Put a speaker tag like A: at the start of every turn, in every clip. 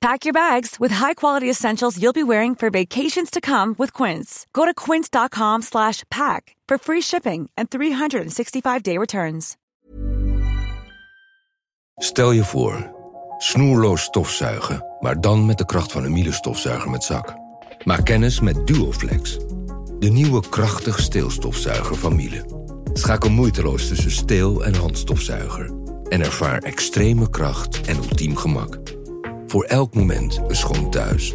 A: Pack your bags with high-quality essentials you'll be wearing for vacations to come with Quince. Go to quince.com slash pack for free shipping and 365-day returns.
B: Stel je voor, snoerloos stofzuigen, maar dan met de kracht van een Miele stofzuiger met zak. Maak kennis met Duoflex, de nieuwe krachtig steelstofzuiger van Miele. Schakel moeiteloos tussen steel- en handstofzuiger en ervaar extreme kracht en ultiem gemak. Voor elk moment een schoon thuis.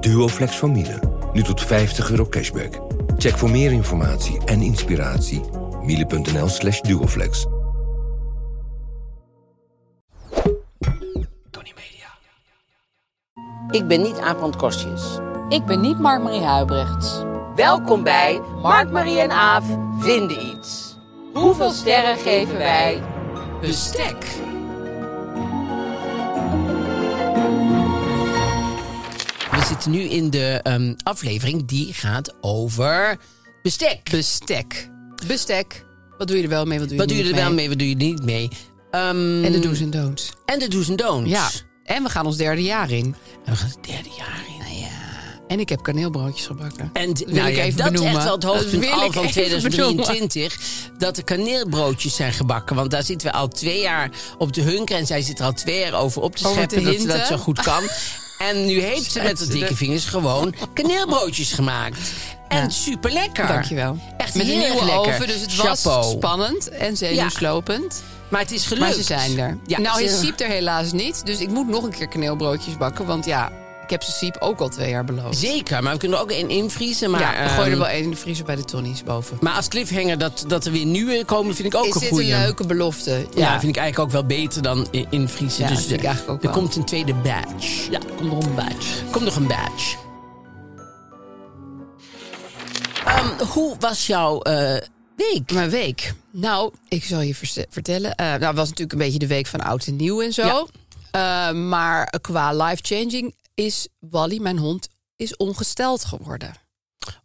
B: Duoflex van Miele, nu tot 50 euro cashback. Check voor meer informatie en inspiratie miele.nl slash duoflex.
C: Ik ben niet Aaf Kostjes.
D: Ik ben niet Mark-Marie Huibrechts.
C: Welkom bij Mark, Marie en Aaf vinden iets. Hoeveel sterren geven wij?
D: Bestek.
C: We zitten nu in de ehm, aflevering die gaat over bestek.
D: Bestek. Bestek. Wat doe je er wel mee, wat doe je
C: Wat doe je
D: niet
C: er wel mee, wat doe je er niet mee? Ehm,
D: En de do's en don'ts.
C: en de do's en don'ts.
D: Ja. En we gaan ons derde jaar in.
C: En we gaan het derde jaar in.
D: En ik heb kaneelbroodjes gebakken.
C: En
D: Dat wil
C: nou
D: ik
C: ja,
D: even
C: dat
D: benoemen.
C: is echt wel het
D: Dat
C: hoogtepunt
D: wil
C: al
D: ik
C: van
D: even
C: 2023. Dat er kaneelbroodjes zijn gebakken. Want daar zitten we al twee jaar op de hunker. En zij zit er al twee jaar over op te
D: Over
C: scheppen
D: te
C: dat ze dat
D: hinten.
C: zo goed kan. En nu heeft ze met haar dikke vingers gewoon kaneelbroodjes gemaakt. En super lekker.
D: Dankjewel.
C: Echt
D: Met een
C: heel
D: nieuwe
C: lekker.
D: oven, dus het was
C: Chapeau.
D: spannend en zenuwslopend.
C: Maar het is gelukt.
D: Maar ze zijn er.
C: Ja,
D: nou,
C: ze-
D: is Siep er helaas niet. Dus ik moet nog een keer kaneelbroodjes bakken. Want ja, ik heb ze Siep ook al twee jaar beloofd.
C: Zeker, maar we kunnen er ook één invriezen. Maar,
D: ja, we gooien er
C: ehm,
D: wel één in de vriezer bij de Tonnies boven.
C: maar als cliffhanger dat, dat er weer nieuwe komen, vind ik ook
D: is
C: een
D: dit
C: goeie.
D: een leuke belofte?
C: Ja, vind ik eigenlijk ook wel beter dan i- invriezen.
D: Ja,
C: dus
D: vind ik
C: eh,
D: eigenlijk ook
C: er
D: wel.
C: komt een tweede badge. Ja, er komt nog een badge. Komt nog een badge. Ehm, hoe was jouw eh, week?
D: Mijn week. Nou, ik zal je verste- vertellen. Eh, nou, het was natuurlijk een beetje de week van oud en nieuw en zo.
C: Ja.
D: Eh, maar qua life-changing is Wally, mijn hond, is ongesteld geworden.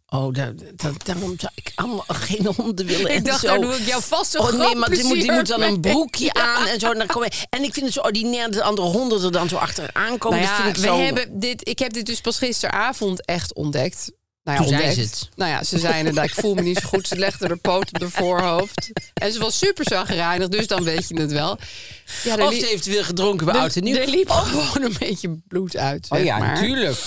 C: Oh, daar, daar- daarom zou ik allemaal geen honden willen. en zo.
D: jou vast
C: Oh nee, maar die moet, die moet dan een broekje aan en zo. En, dan kom je- en ik vind het zo ordinair dat andere honden er dan zo achteraan komen.
D: Nou ja,
C: Oh, dat vind ik
D: we
C: zo...
D: hebben dit, ik heb dit dus pas gisteravond echt ontdekt. Nou ja,
C: Toen zei
D: ontdekt.
C: ze het.
D: Nou ja, ze zei inderdaad, ik voel me niet zo goed. Ze legde haar poot op haar voorhoofd. En ze was super zagrijnig, dus dan weet je het wel. Ja, daar
C: Of
D: liep-
C: ze heeft weer gedronken bij Oud en Nieuw.
D: Er liep gewoon een beetje bloed uit.
C: Oh
D: zeg
C: ja,
D: maar.
C: natuurlijk.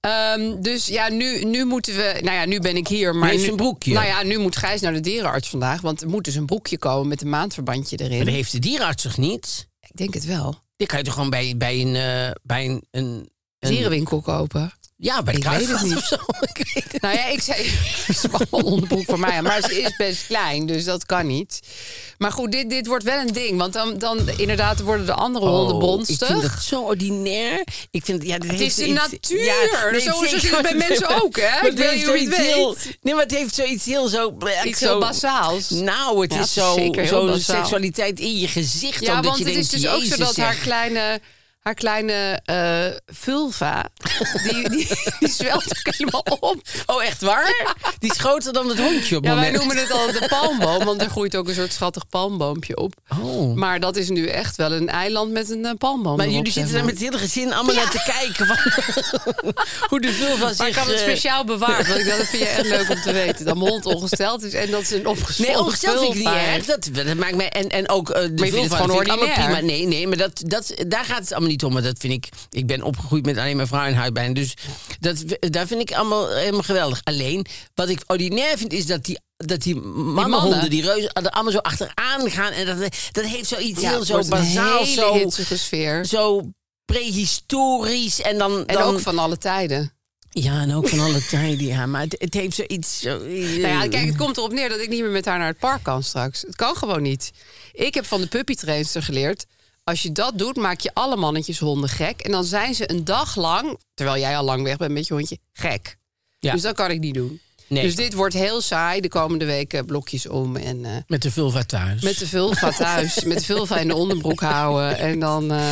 D: Ehm, dus ja, nu, nu moeten we. Nou ja, nu ben ik hier. Maar
C: heeft
D: nu,
C: een broekje.
D: Nou ja, nu moet Gijs naar de dierenarts vandaag. Want er moet dus een broekje komen met een maandverbandje
C: Maar dat
D: erin.
C: heeft de dierenarts toch niet?
D: Ik denk het wel.
C: Die kan je toch gewoon bij, bij een... eh, bij een, een, een-
D: Dierenwinkel kopen.
C: ja, bij de
D: Ik weet het
C: kruidvat
D: niet.
C: of zo. Ik weet het
D: Nou ja, ik zei. Spam een onderbroek voor mij. aan, Maar ze is best klein, dus dat kan niet. Maar goed, dit, dit wordt wel een ding. Want dan, dan inderdaad worden de andere honden
C: Oh, Ik
D: bonstig.
C: vind dat zo ordinair. Ik vind, ja, dat
D: Het
C: heeft
D: is de
C: iets-
D: natuur.
C: nee,
D: Zo- zo
C: zeker.
D: zit het bij mensen ook, hè?
C: Maar
D: Ik
C: het
D: weet
C: heeft
D: niet of je
C: zoiets
D: het
C: heel-
D: weet.
C: Nee, maar het heeft zoiets heel zo...
D: Iets
C: zo-
D: heel basaals.
C: Nou, het
D: Ja,
C: is
D: het is
C: zo,
D: zeker heel
C: zo'n
D: basaal.
C: seksualiteit in je gezicht.
D: Ja,
C: omdat
D: want
C: je
D: het
C: denkt,
D: is dus ook zo
C: Jezus,
D: dat haar
C: zeg.
D: kleine, haar kleine eh, vulva, die, die, die zwelt ook helemaal op.
C: Oh, echt waar? Die is groter dan het hondje op het
D: Ja, wij
C: moment.
D: noemen het altijd de palmboom, want er groeit ook een soort schattig palmboompje op.
C: Oh.
D: Maar dat is nu echt wel een eiland met een eh, palmboom
C: Maar
D: erop,
C: jullie
D: zeg
C: zitten daar
D: maar.
C: met het hele gezin allemaal naar te kijken. Van, hoe de vulva
D: Maar
C: zich...
D: ik had het
C: eh,
D: speciaal bewaard, want ik dacht, dat vind je echt leuk om te weten. Dat mijn hond ongesteld is en dat ze een opgezwollen
C: Nee, ongesteld vind ik niet
D: vulva
C: erg.
D: heeft.
C: Dat, dat maakt mij... En, en ook eh, de
D: Maar je vindt het
C: vulva
D: gewoon
C: vind ik allemaal
D: ordinair.
C: prima. Nee, nee, maar dat, dat, daar gaat het allemaal niet om. Maar dat vind ik... Ik ben opgegroeid met alleen mijn vrouw en huidbijn. Dus dat, daar vind ik allemaal helemaal geweldig. Alleen, wat ik ordinair vind, is dat die... Dat die mannenhonden, die reuzen, er allemaal zo achteraan gaan. En dat, dat heeft zoiets
D: Ja,
C: heel
D: het
C: zo
D: wordt een
C: bazaal,
D: hele
C: zo,
D: hitsige sfeer.
C: zo prehistorisch. En, dan,
D: En
C: dan,
D: ook van alle tijden.
C: Ja, en ook van alle tijden, ja. Maar het, het heeft zoiets... Zo,
D: Nou
C: Mm.
D: ja, kijk, het komt erop neer dat ik niet meer met haar naar het park kan straks. Het kan gewoon niet. Ik heb van de puppytrainster geleerd... als je dat doet, maak je alle mannetjes honden gek. En dan zijn ze een dag lang, terwijl jij al lang weg bent met je hondje, gek.
C: Ja.
D: Dus dat kan ik niet doen.
C: Nee.
D: Dus dit wordt heel saai. De komende weken blokjes om en eh,
C: Met de vulva thuis.
D: met de vulva thuis, met de vulva in de onderbroek houden. En dan eh,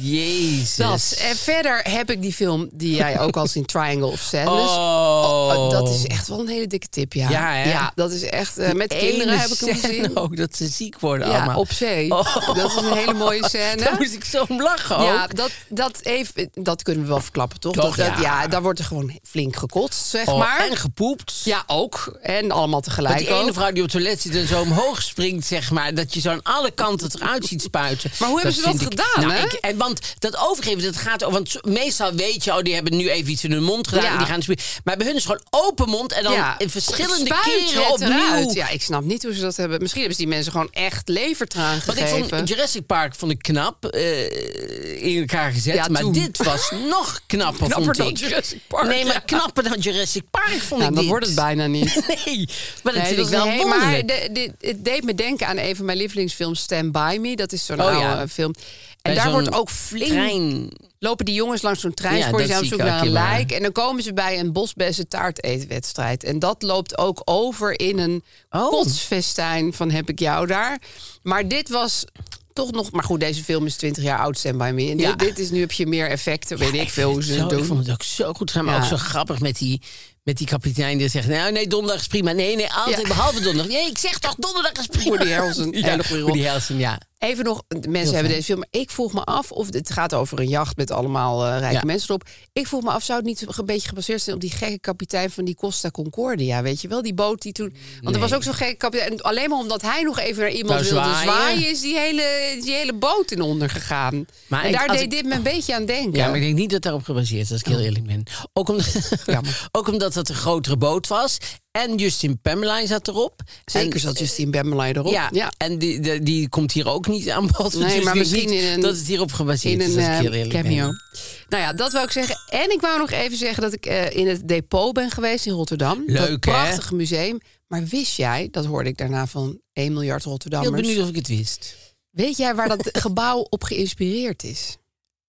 C: Jezus.
D: dat. En verder heb ik die film die jij ook al zien, Triangle of Sadness.
C: Oh.
D: Oh, dat is echt wel een hele dikke tip, ja.
C: Ja, hè?
D: dat is echt... eh, met
C: Die
D: kinderen
C: ene
D: heb ik hem
C: scène
D: gezien.
C: ook, dat ze ziek worden
D: Ja,
C: allemaal.
D: op zee.
C: Oh.
D: Dat is een hele mooie scène.
C: Daar moest ik zo om lachen ook.
D: Ja, dat, dat, even, dat kunnen we wel verklappen, toch?
C: Toch,
D: dat, dat-
C: ja.
D: daar wordt er gewoon flink gekotst, zeg
C: Oh,
D: maar.
C: En gepoept.
D: ja, ook. En allemaal
C: Want
D: tegelijk
C: die ene
D: ook.
C: vrouw die op het toilet zit en zo omhoog springt, zeg maar. Dat je zo aan alle kanten het eruit ziet spuiten.
D: Maar hoe hebben ze dat
C: vind ik-
D: gedaan,
C: nou,
D: hè?
C: ik- en want dat overgeven, dat gaat over... Want zo- meestal weet je, oh, die hebben nu even iets in hun mond gedaan.
D: Ja.
C: En die gaan spuwen. Maar bij hun is gewoon open mond en dan
D: Ja.
C: in verschillende
D: Spuit
C: keren
D: het eruit.
C: opnieuw.
D: Ja, ik snap niet hoe ze dat hebben. Misschien hebben ze die mensen gewoon echt levertraan
C: Want
D: gegeven.
C: ik vond Jurassic Park vond ik knap eh, in elkaar gezet.
D: Ja,
C: maar
D: toen.
C: dit was nog knapper,
D: Knapper
C: vond
D: dan
C: ik.
D: Jurassic Park,
C: Nee, maar
D: ja.
C: knapper dan Jurassic Park vond
D: nou,
C: ik
D: dan
C: dit.
D: wordt het bijna niet.
C: Nee, maar dat
D: Nee,
C: vind ik
D: dat
C: wel
D: was een-
C: wonderlijk.
D: Maar de- dit- het deed me denken aan een van mijn lievelingsfilms, Stand By Me. Dat is zo'n
C: Oh,
D: oude
C: ja.
D: eh, film. En
C: Bij
D: daar
C: zo'n
D: wordt ook flink...
C: trein.
D: Lopen die jongens langs zo'n trein,
C: Ja,
D: voor
C: dat
D: je zijn op
C: zie
D: zoek
C: ik
D: naar
C: ook
D: een
C: heel erg.
D: lijk. En dan komen ze bij een bosbessen taarteetwedstrijd. En dat loopt ook over in een
C: Oh.
D: kotsfestijn van heb ik jou daar. Maar dit was toch nog... Maar goed, deze film is 20 jaar oud, Stand By Me. En
C: Ja.
D: dit, dit is nu heb je meer effecten, weet ik veel hoe ze
C: Zo,
D: het doen.
C: Ik vond het ook zo goed gaan, maar
D: Ja.
C: ook zo grappig met die, met die kapitein die zegt... Nou, nee, donderdag is prima. Nee, nee, altijd
D: Ja.
C: behalve donderdag. Nee, ik zeg toch donderdag is prima.
D: Woody Harrelson,
C: Ja,
D: hele goede rol.
C: Woody Harrelson, ja.
D: Even nog, de mensen hebben deze film. Maar ik vroeg me af of het gaat over een jacht met allemaal eh, rijke
C: Ja.
D: mensen erop. Ik vroeg me af, zou het niet een beetje gebaseerd zijn op die gekke kapitein van die Costa Concordia? Weet je wel, die boot die toen. Want er was ook zo'n gekke kapitein. En alleen maar omdat hij nog even naar iemand
C: Wou
D: wilde zwaaien.
C: zwaaien.
D: is die hele, is die hele boot in onder gegaan.
C: Maar
D: en
C: ik-
D: daar
C: als
D: deed
C: ik-
D: dit me een beetje aan denken.
C: Ja, maar ik denk niet dat daarop gebaseerd is, als ik
D: Oh.
C: heel eerlijk ben. Ook, om,
D: Jammer.
C: ook omdat het een grotere boot was. En Justin Pamela zat erop.
D: Zeker
C: En-
D: zat Justine Bemmelay erop.
C: Ja, en die, de- die komt hier ook niet aan bod.
D: Nee,
C: dus
D: maar
C: het is
D: misschien
C: niet
D: in een-
C: dat het hierop gebaseerd
D: in
C: is,
D: een
C: als ik heel
D: eh,
C: eerlijk
D: cameo.
C: ben.
D: Nou ja, dat wou ik zeggen. En ik wou nog even zeggen dat ik eh, in het depot ben geweest in Rotterdam.
C: Leuk,
D: dat
C: hè?
D: prachtig museum. Maar wist jij, dat hoorde ik daarna van 1 miljard
C: Heel
D: Rotterdammers.
C: benieuwd of ik het wist.
D: Weet jij waar dat gebouw op geïnspireerd is?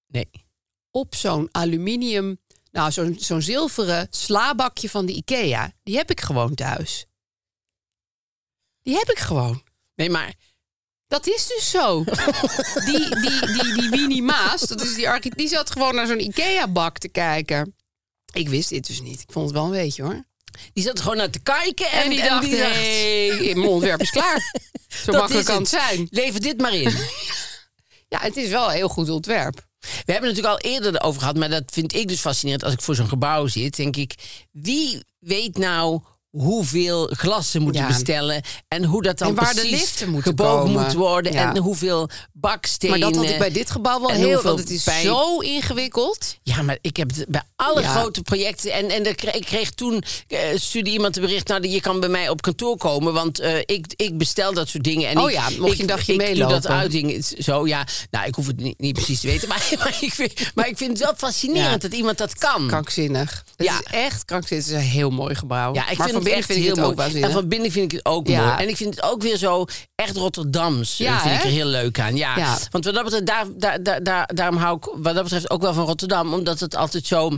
C: Nee.
D: Op zo'n aluminium, nou zo'n zo'n zilveren slaabakje van de Ikea. Die heb ik gewoon thuis. Die heb ik gewoon.
C: Nee, maar
D: Dat is dus zo. Die, die, die, die Winnie Maas, dat is die architect, die zat gewoon naar zo'n IKEA-bak te kijken. Ik wist dit dus niet. Ik vond het wel een beetje hoor.
C: die zat gewoon naar te kijken. En,
D: En die dacht, hey, mijn ontwerp is klaar. Zo
C: Dat
D: makkelijk
C: is
D: kan het
C: het.
D: zijn.
C: Lever dit maar in.
D: Ja, het is wel een heel goed ontwerp.
C: We hebben het natuurlijk al eerder over gehad, maar dat vind ik dus fascinerend. Als ik voor zo'n gebouw zit, denk ik, wie weet nou hoeveel glas ze moeten
D: Ja.
C: bestellen en hoe dat dan
D: En waar de
C: precies
D: liften moeten
C: gebogen
D: komen.
C: moet worden
D: Ja.
C: en hoeveel bakstenen.
D: Maar dat had ik bij dit gebouw wel
C: en
D: heel...
C: hoeveel
D: Want het is
C: pijn-
D: zo ingewikkeld.
C: Ja, maar ik heb het bij alle
D: Ja.
C: grote projecten. En, en er kreeg, ik kreeg toen eh, stuurde iemand een bericht. Nou, je kan bij mij op kantoor komen. Want eh, ik, ik bestel dat soort dingen. En
D: Oh
C: ik,
D: ja, mocht je
C: ik-
D: een dagje
C: ik
D: meelopen.
C: doe dat uitdingen. Het is Zo ja. Nou, ik hoef het niet, niet precies te weten. Maar, maar, ik vind, maar ik vind het wel fascinerend
D: Ja.
C: dat iemand dat kan.
D: Krankzinnig. Het
C: Ja.
D: is echt krankzinnig. Het is een heel mooi gebouw.
C: Ja, ik
D: maar
C: vind
D: van
C: het
D: binnen
C: echt
D: vind ik
C: heel
D: het ook
C: mooi.
D: waanzinnig.
C: En van binnen vind ik het ook
D: Ja.
C: mooi. En ik vind het ook weer zo echt Rotterdams.
D: Ja,
C: dat vind ik
D: hè?
C: er heel leuk aan. Ja.
D: Ja.
C: Want wat dat betreft, daar, daar, daar, daar- daarom hou ik wat dat betreft ook wel van Rotterdam. Omdat het altijd zo...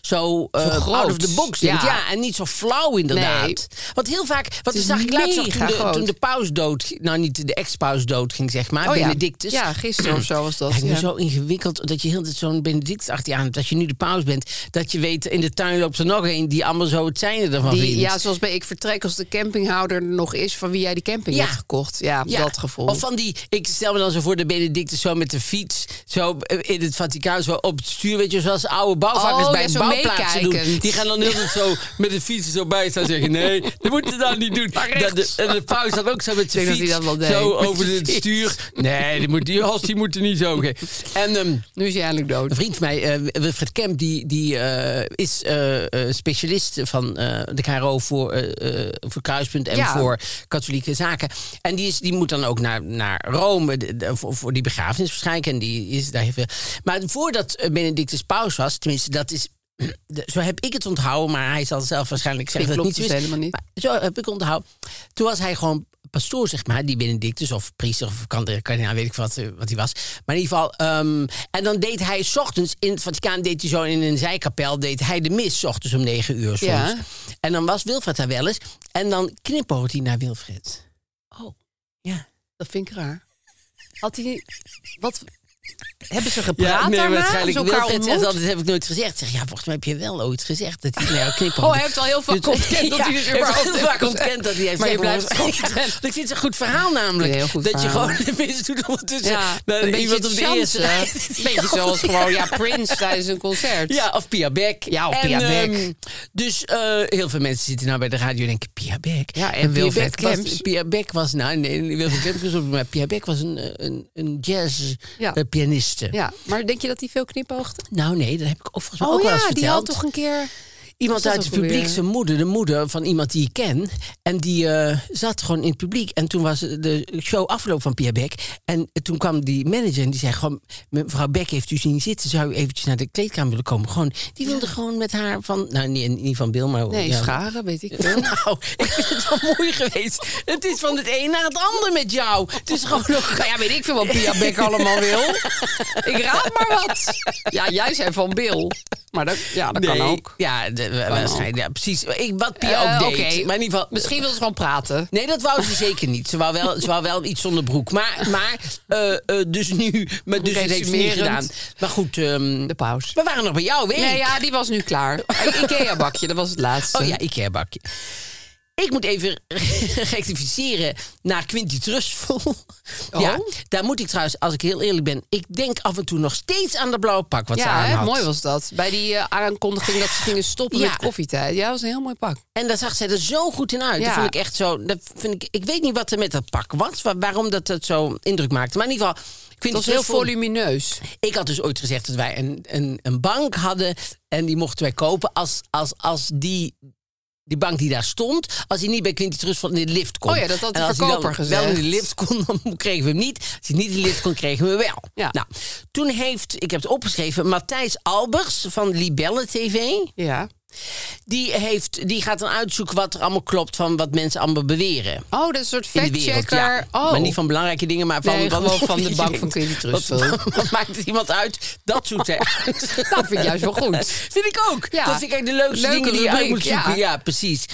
C: Zo, eh,
D: groot.
C: out of the box denkt.
D: Ja.
C: Ja. en niet zo flauw inderdaad.
D: Nee.
C: Want heel vaak, wat
D: is
C: zag ik laatst nog
D: mega
C: toen de,
D: groot.
C: toen de paus dood, nou niet de ex-paus dood ging zeg maar,
D: Oh ja.
C: Benedictus.
D: Ja, gisteren of zo was dat.
C: Lijkt me
D: ja.
C: zo ingewikkeld dat je heel de tijd zo'n Benedict achter je aan hebt. Dat je nu de paus bent. Dat je weet, in de tuin loopt er nog een die allemaal zo het zijnde ervan
D: Die,
C: vindt.
D: ja, zoals bij ik vertrek als de campinghouder er nog is van wie jij die camping
C: Ja.
D: hebt gekocht. Ja,
C: Ja.
D: dat gevoel.
C: Of van die, ik stel me dan zo voor de Benedictus zo met de fiets. Zo eh, in het Vaticaan, zo op het stuur. Weet je, zoals oude bouwvakkers
D: Oh,
C: bij
D: ja,
C: een
D: zo
C: bouwplaatsen doen.
D: meekijkend.
C: Die gaan dan heel de tijd zo met de fiets er zo bij staan en zeggen... Nee, dat moet je dan niet doen. Dat de, en de paus dan ook zo met zijn
D: Ik denk
C: fiets
D: dat hij dat wel deed.
C: zo
D: Met
C: over
D: zijn
C: het
D: fiets.
C: stuur. Nee, die, moet, die hals die moet er niet zo. omgeven. En... ehm,
D: nu is hij eindelijk dood.
C: Een vriend van mij, eh, Wilfred Kemp, die, die eh, is eh, eh, specialist van eh, de KRO voor, eh, eh, voor Kruispunt en
D: Ja.
C: voor katholieke zaken. En die, is, die moet dan ook naar, naar Rome de- de- voor, voor die begrafenis waarschijnlijk. En die is daar heel veel. Maar voordat eh, Benedictus paus was, tenminste, dat is. de- Zo heb ik het onthouden, maar hij zal zelf waarschijnlijk zeggen dat
D: Misschien
C: het dus niet zo
D: klopt
C: is.
D: het helemaal niet.
C: Maar zo heb ik onthouden. Toen was hij gewoon pastoor, zeg maar, die Benedictus of priester of kant- kardinaal, weet ik wat, eh, wat hij was. Maar in ieder geval, ehm, en dan deed hij 's ochtends, in het Vaticaan deed hij zo in een zijkapel, deed hij de mis 's ochtends om negen uur soms.
D: Ja.
C: En dan was Wilfred daar wel eens en dan knipoogde hij naar Wilfred.
D: Oh,
C: Ja.
D: dat vind ik raar. Had hij... Wat... Hebben ze gepraat
C: nee,
D: daarna? Hebben
C: waarschijnlijk.
D: ze elkaar
C: Wilfred zegt
D: ontmoet?
C: altijd, dat heb ik nooit gezegd. Zeg, ja, volgens mij heb je wel ooit gezegd dat hij naar jou knipoogde.
D: Oh, hij heeft al heel vaak
C: Dus-
D: ontkend dat
C: Ja,
D: hij dus
C: heeft
D: überhaupt
C: heel
D: heeft
C: vaak
D: gezegd.
C: ontkend dat hij heeft
D: Maar je
C: gezegd,
D: blijft
C: maar-
D: ontkend.
C: Want Ik vind het een goed verhaal namelijk.
D: Een heel goed
C: dat
D: verhaal.
C: je gewoon de mensen doet ondertussen.
D: Ja,
C: naar
D: een beetje
C: iemand op de eerste.
D: chance. Een beetje zoals gewoon ja, Prince tijdens een concert.
C: Ja, of Pia Beck.
D: Ja, of
C: En,
D: Pia Beck.
C: ehm, dus eh, heel veel mensen zitten nou bij de radio en denken, Pia Beck.
D: Ja, en
C: Maar Pia
D: Wilfred
C: Beck was-
D: Kemps.
C: Pia Beck was, nou nee, Wilfred Kemps was op, maar Pia Beck was een, eh, een, een jazz
D: Ja.
C: eh, pianiste.
D: Ja, maar denk je dat hij veel knipoogt?
C: Nou nee, dat heb ik ook volgens mij ook wel eens verteld.
D: Oh die had toch een keer...
C: Iemand
D: Was dat
C: uit het
D: ook alweer?
C: publiek, zijn moeder, de moeder van iemand die ik ken. En die eh, zat gewoon in het publiek. En toen was de show afloop van Pia Beck. En toen kwam die manager en die zei gewoon... Mevrouw Beck heeft u zien zitten, zou u eventjes naar de kleedkamer willen komen? Gewoon, die wilde gewoon met haar van... Nou, niet, niet van Bill, maar...
D: Nee,
C: ja.
D: scharen, weet ik veel.
C: Nou, ik vind het wel mooi geweest. Het is van het een naar het ander met jou. Het is gewoon nog...
D: Nou ja, weet ik veel wat Pia Beck allemaal wil. Ik raad maar wat. Ja, jij zei van Bill. Maar dat, ja, dat kan ook.
C: Ja, de- waarschijnlijk. Ja, precies. Ik, wat Pia
D: Eh,
C: ook deed.
D: oké.
C: Maar in ieder geval...
D: Misschien wil ze gewoon praten.
C: Nee, dat wou ze zeker niet. Ze wou wel, ze wou wel iets zonder broek. Maar, maar eh, eh, dus nu. Maar dus het heeft ze niet gedaan.
D: Resumerend.
C: Maar goed, ehm,
D: De pauze.
C: we waren nog bij jou, weet
D: Nee,
C: ik.
D: ja, die was nu klaar. Een Ikea-bakje, dat was het laatste.
C: Oh ja, Ikea bakje. Ik moet even rectificeren naar Quinty Trustful. Ja,
D: Oh.
C: daar moet ik trouwens, als ik heel eerlijk ben... ik denk af en toe nog steeds aan de blauwe pak wat ze
D: Ja,
C: aan
D: hè,
C: had.
D: mooi was dat. Bij die eh, aankondiging dat ze gingen stoppen
C: Ja.
D: met koffietijd. Ja, dat was een heel mooi pak.
C: En daar zag zij er zo goed in uit.
D: Ja.
C: Dat vond ik echt zo... Dat vind ik, ik weet niet wat er met dat pak was, wa- waarom dat, dat zo indruk maakte. Maar in ieder geval...
D: Het
C: Quinty
D: was heel
C: Trustful-
D: volumineus.
C: Ik had dus ooit gezegd dat wij een, een, een bank hadden en die mochten wij kopen als, als, als die, die bank die daar stond, als die niet bij Quinty Trustful in de lift kon.
D: Oh ja, dat had de
C: En als die
D: verkoper
C: dan
D: gezegd.
C: wel in de lift kon, dan kregen we hem niet. Als hij niet in de lift kon, kregen we hem wel.
D: Ja.
C: Nou, toen heeft, ik heb het opgeschreven, Matthijs Albers van Libelle TV,
D: Ja.
C: die, heeft, die gaat dan uitzoeken wat er allemaal klopt van wat mensen allemaal beweren.
D: Oh, dat is een soort
C: In de wereld,
D: factchecker.
C: ja.
D: Oh.
C: Maar niet van belangrijke dingen, maar van,
D: Nee,
C: wat-
D: gewoon van de bank van
C: Wat-
D: Quinty Trustful.
C: Wat, maakt het iemand uit? Dat zoekt hij uit.
D: Dat vind ik juist wel goed.
C: Vind ik ook.
D: Ja.
C: Dat vind ik eigenlijk de leukste
D: Leuke
C: dingen die je uit moet
D: rubriek, ja.
C: zoeken. Ja, precies.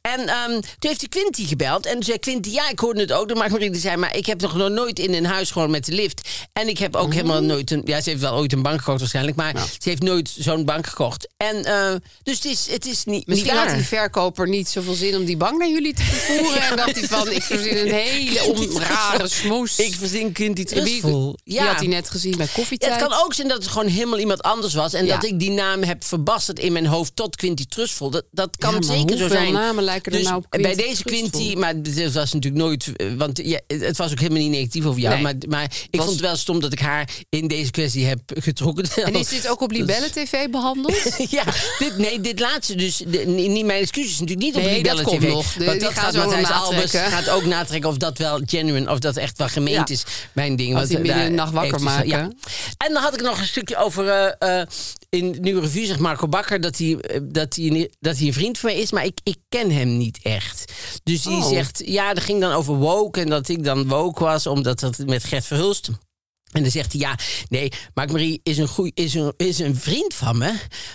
C: En ehm, toen heeft hij Quinty gebeld. En toen zei Quinty, ja, ik hoorde het ook. Dan maakt Marie die zei, maar ik heb nog nooit in een huis gewoon met de lift. En ik heb ook
D: Mm.
C: helemaal nooit een... Ja, ze heeft wel ooit een bank gekocht waarschijnlijk. Maar ze heeft nooit zo'n bank gekocht. En, eh, dus het is, het is niet
D: Misschien
C: niet
D: had
C: waar.
D: die verkoper niet zoveel zin om die bank naar jullie te vervoeren. en dacht hij van, ik verzin een hele om, rare smoes.
C: Ik verzin Quinty
D: die,
C: Trustful.
D: die had hij net gezien bij
C: Ja,
D: koffietijd.
C: het kan ook zijn dat het gewoon helemaal iemand anders was. En
D: Ja.
C: dat ik die naam heb verbasterd in mijn hoofd tot Quinty Trustful. Dat, dat kan
D: Ja, maar
C: zeker zo
D: hoeveel
C: zijn.
D: namen lijken er
C: dus
D: nou op
C: Bij
D: Quinty
C: deze
D: Trustful?
C: Quinty, maar dat was natuurlijk nooit. eh, Want ja, het was ook helemaal niet negatief over jou.
D: Nee.
C: Maar, maar ik
D: Was-
C: vond het wel stom dat ik haar in deze kwestie heb getrokken.
D: En is dit ook dus- op Libelle TV behandeld?
C: Ja, dit, nee, dit laatste dus. de- nee, niet mijn excuses natuurlijk niet op
D: Nee,
C: die
D: dat
C: bellen
D: komt
C: TV.
D: nog. De-
C: want
D: die
C: dat
D: gaan
C: gaat
D: ze ook nog
C: Matthijs Albers
D: natrekken.
C: gaat ook natrekken of dat wel genuine, of dat echt wel gemeend
D: Ja.
C: is. Mijn ding.
D: Als die
C: eh,
D: midden in
C: daar
D: de nacht wakker
C: heeft hij-
D: maken.
C: En dan had ik nog een stukje over eh, eh, in de nieuwe revue zegt Marco Bakker dat hij, eh, dat, hij, een- dat hij een vriend van mij is, maar ik, ik ken hem niet echt. Dus die
D: Oh.
C: zegt, ja, dat ging dan over woke en dat ik dan woke was omdat dat met Gert Verhulst. En dan zegt hij, ja, nee, Mark Marie is een, goeie, is een, is een vriend van me.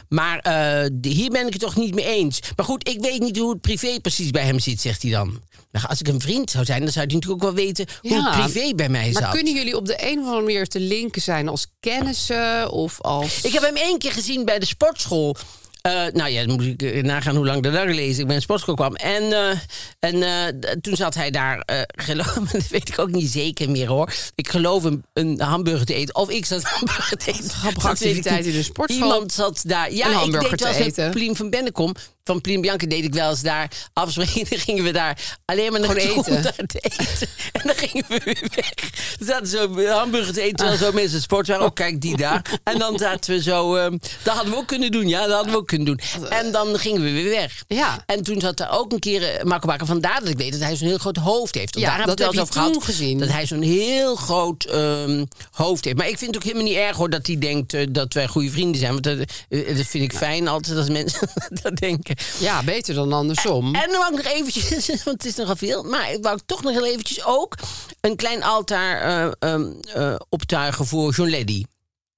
C: Maar eh, de- hier ben ik het toch niet mee eens. Maar goed, ik weet niet hoe het privé precies bij hem zit, zegt hij dan. Nou, als ik een vriend zou zijn, dan zou hij natuurlijk ook wel weten hoe
D: Ja.
C: het privé bij mij
D: Maar
C: zat.
D: kunnen jullie op de een of andere manier te linken zijn als kennissen of als...
C: Ik heb hem één keer gezien bij de sportschool. Eh, nou ja, dan moet ik eh, nagaan hoe lang dat daar lezen. Ik ben in de sportschool kwam. En, eh, en eh, d- toen zat hij daar, eh geloof dat weet ik ook niet zeker meer hoor. Ik geloof een, een hamburger te eten. Of ik zat hamburger te eten.
D: Grappige
C: Dat weet ik
D: activiteit
C: niet.
D: in de sportschool.
C: Iemand zat daar. Ja,
D: Een
C: ik
D: hamburger
C: deed wel
D: te
C: eens met
D: eten.
C: Plien van Bennekom. Van Plien Bianca deed ik wel eens daar afspreken. Dan gingen we daar alleen maar naartoe
D: Gewoon
C: om
D: eten.
C: daar te eten. En dan gingen we weer weg. We zaten zo hamburger te eten, terwijl zo
D: Ah.
C: mensen sport waren. Oh, kijk die daar. En dan zaten we zo... ehm, dat hadden we ook kunnen doen, ja. Dat hadden we ook kunnen doen. En dan gingen we weer weg.
D: eh, Ja.
C: En toen zat er ook een keer eh, Marco Bakker. Vandaar dat ik weet dat hij zo'n heel groot hoofd heeft. Want
D: Ja,
C: daar hebben we het
D: dat
C: wel eens
D: heb je
C: over
D: toen
C: gehad.
D: gezien.
C: Dat hij zo'n heel groot ehm, hoofd heeft. Maar ik vind het ook helemaal niet erg eh, hoor dat hij denkt eh, dat wij goede vrienden zijn. Want dat, eh, dat vind ik fijn altijd als mensen dat denken. zeggen.
D: Ja, beter dan andersom.
C: En dan wou ik nog eventjes, want het is nogal veel, maar ik wou toch nog heel eventjes ook een klein altaar eh, ehm, eh, optuigen voor John Leddy.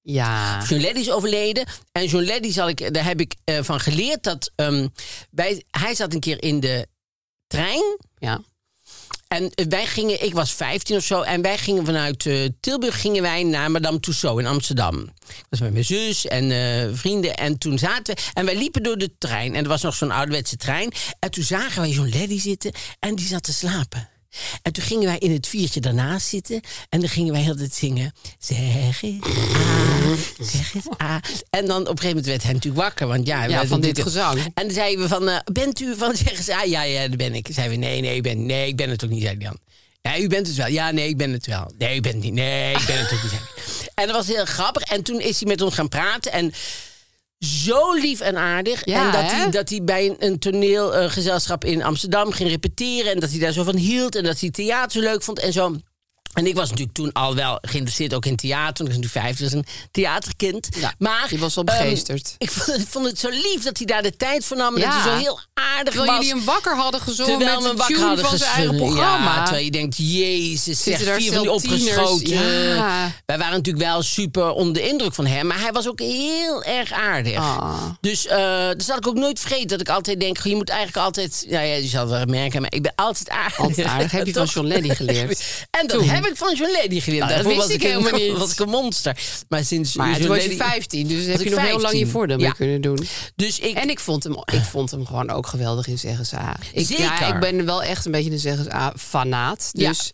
D: ja.
C: John Leddy is overleden. En John Leddy, zal ik, daar heb ik eh, van geleerd dat ehm, wij, hij zat een keer in de trein.
D: ja.
C: En eh, wij gingen, ik was 15 of zo, en wij gingen vanuit eh, Tilburg gingen wij naar Madame Tussauds in Amsterdam. Ik was met mijn zus en eh, vrienden en toen zaten we, en wij liepen door de trein. En er was nog zo'n ouderwetse trein. En toen zagen wij zo'n lady zitten en die zat te slapen. En toen gingen wij in het viertje daarnaast zitten en dan gingen wij heel de tijd zingen. Zeg eens ah, zeg eens ah. En dan op een gegeven moment werd hij natuurlijk wakker, want ja,
D: Ja,
C: wij
D: van
C: doen
D: dit gezang.
C: En dan zeiden we van, eh, bent u van, zeggen ze, ah ja, ja, daar ben ik. Zeiden we, nee, nee, ik ben, nee, ik ben het ook niet, zei hij dan. Ja, u bent het wel. Ja, nee, ik ben het wel. Nee, u bent het niet. Nee, ik ben het ook niet. zei hij. En dat was heel grappig. En toen is hij met ons gaan praten en zo lief en aardig.
D: Ja,
C: en dat
D: hè?
C: hij, dat hij bij een, een toneelgezelschap in Amsterdam ging repeteren. En dat hij daar zo van hield. En dat hij theater zo leuk vond en zo. En ik was natuurlijk toen al wel geïnteresseerd ook in theater. want Ik was nu vijf, dus een theaterkind.
D: Ja,
C: maar
D: je was al
C: ehm,
D: begeesterd.
C: ik vond, ik vond het zo lief dat hij daar de tijd voor nam. en
D: Ja.
C: Dat hij zo heel aardig
D: Terwijl
C: was.
D: jullie hem wakker hadden gezongen
C: Terwijl
D: met
C: we
D: de
C: hem wakker
D: tune
C: hadden
D: van zijn eigen
C: gezongen.
D: programma.
C: Ja, terwijl je denkt, jezus, zeg,
D: Zitten daar
C: vier van die
D: veel tieners,
C: opgeschoten.
D: ja.
C: Wij waren natuurlijk wel super onder de indruk van hem. Maar hij was ook heel erg aardig.
D: Ah.
C: Dus eh dat zal ik ook nooit vergeten. Dat ik altijd denk, goh, je moet eigenlijk altijd... Nou ja, je zal het wel merken, maar ik ben altijd aardig.
D: Altijd aardig. Heb je van
C: Toch?
D: John Lennon geleerd?
C: en dat
D: Toen.
C: heb ik van John Lennon geleerd.
D: Nou, dat
C: Daarvoor
D: wist
C: was
D: ik
C: een-
D: helemaal niet.
C: was ik een monster. Maar sinds
D: Maar
C: John
D: toen was je
C: Lennon-
D: 15, dus heb
C: ik
D: je nog heel lang je
C: 15.
D: voordeel mee
C: Ja.
D: kunnen doen.
C: Dus ik...
D: En ik vond, hem, ik vond hem gewoon ook geweldig in Zeggens A. Ik, Ja,
C: Zeker.
D: ik ben wel echt een beetje een Zeggens A-fanaat.
C: Ja.
D: Dus,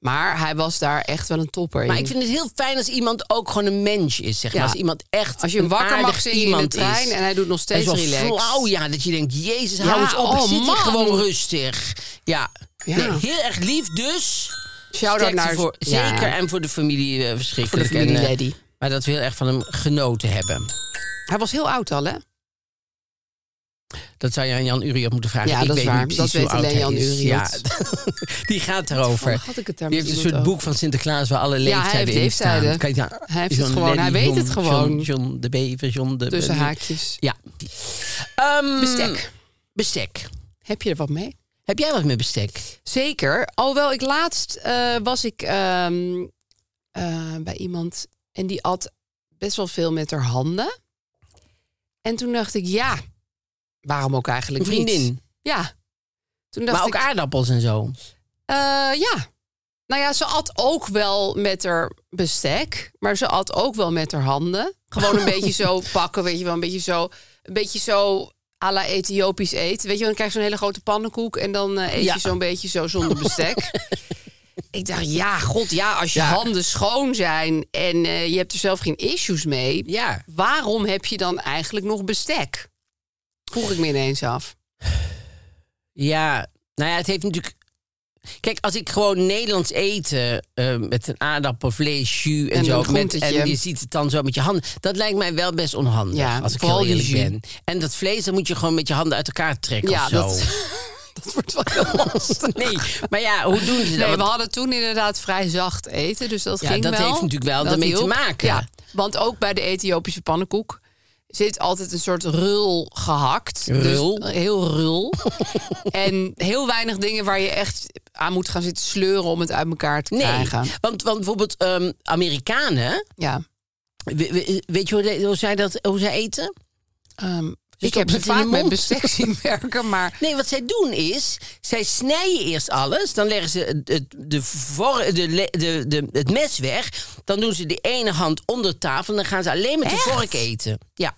D: Maar hij was daar echt wel een topper
C: Maar
D: in.
C: ik vind het heel fijn als iemand ook gewoon een mens is. Zeg maar.
D: Ja.
C: Als iemand echt
D: Als je hem
C: een
D: wakker mag
C: aardig
D: zingen in de
C: iemand
D: trein
C: is.
D: en hij doet nog steeds
C: en zo
D: relaxed.
C: flauw, ja. Dat je denkt, jezus,
D: Ja,
C: hou eens op.
D: oh,
C: ik zit hier
D: man.
C: gewoon rustig. Ja.
D: Ja.
C: Nee, heel erg lief dus.
D: Shout-out
C: Sterkte
D: naar-
C: voor,
D: ja.
C: Zeker. En voor de familie eh, verschrikkelijk.
D: Voor de familie
C: En, eh,
D: Leddy.
C: Maar dat we heel erg van hem genoten hebben.
D: Hij was heel oud al, hè?
C: Dat zou je aan Jan Uri op moeten vragen.
D: Ja,
C: ik
D: dat is
C: weet
D: waar.
C: niet precies
D: Dat weet
C: hoe oud
D: alleen
C: hij
D: Jan
C: is.
D: Uri
C: Ja,
D: het.
C: die gaat erover.
D: Toevallig had ik het daar
C: Die
D: met
C: heeft dus een
D: iemand
C: soort
D: over.
C: boek van Sinterklaas waar alle leeftijden
D: hij heeft
C: in staan.
D: leeftijden.
C: Kijk, ja,
D: Hij heeft het
C: John
D: gewoon, hij
C: Lenny,
D: weet het
C: John-
D: gewoon.
C: John, John de Bever, John de...
D: Tussen haakjes.
C: Ja. Ehm,
D: Bestek.
C: Mm. Bestek.
D: Heb je er wat mee?
C: Heb jij wat met bestek?
D: Zeker. Alhoewel ik laatst eh, was ik ehm, eh, bij iemand en die at best wel veel met haar handen. En toen dacht ik, ja, waarom ook eigenlijk
C: Een vriendin.
D: niet? Ja. Toen dacht
C: maar ook
D: ik,
C: aardappels en zo.
D: eh, ja. Nou ja, ze at ook wel met haar bestek, maar ze at ook wel met haar handen. Gewoon een beetje zo pakken, weet je wel, een beetje zo, een beetje zo à la Ethiopisch eten. Weet je wel, dan krijg je zo'n hele grote pannenkoek en dan eh, eet
C: Ja.
D: je zo'n beetje zo zonder bestek. Ik dacht, ja, god, ja, als je
C: Ja.
D: handen schoon zijn en eh, je hebt er zelf geen issues mee,
C: Ja.
D: waarom heb je dan eigenlijk nog bestek? Vroeg ik me ineens af.
C: Ja. Nou ja, het heeft natuurlijk... Kijk, als ik gewoon Nederlands eten eh, met een aardappel, vlees, jus en,
D: En
C: zo...
D: een
C: Met,
D: groentetje.
C: en je ziet het dan zo met je handen. Dat lijkt mij wel best onhandig,
D: Ja,
C: als ik
D: vooral
C: heel
D: die
C: eerlijk
D: jus.
C: ben. En dat vlees, dan moet je gewoon met je handen uit elkaar trekken
D: ja,
C: of zo.
D: dat, dat wordt wel heel lastig.
C: Nee, maar ja, hoe doen ze dat?
D: Nee,
C: Want-
D: we hadden toen inderdaad vrij zacht eten, dus dat
C: Ja,
D: ging
C: dat
D: wel.
C: heeft natuurlijk wel ermee te
D: hielp.
C: maken.
D: Ja, want ook bij de Ethiopische pannenkoek zit altijd een soort rul gehakt. Dus
C: Rul?
D: heel rul. en heel weinig dingen waar je echt aan moet gaan zitten sleuren om het uit elkaar te
C: Nee,
D: krijgen.
C: want, want bijvoorbeeld ehm, Amerikanen,
D: Ja.
C: we- we- weet je hoe, de- hoe zij dat hoe zij eten?
D: Ehm, ik
C: stoppen
D: heb ze
C: het in je
D: vaak met
C: mond.
D: bestek zien werken, maar
C: Nee, wat zij doen is, zij snijden eerst alles. Dan leggen ze het, het- de vor, de, le- de, de, het mes weg. Dan doen ze de ene hand onder tafel. En dan gaan ze alleen met
D: Echt?
C: de vork eten. Ja.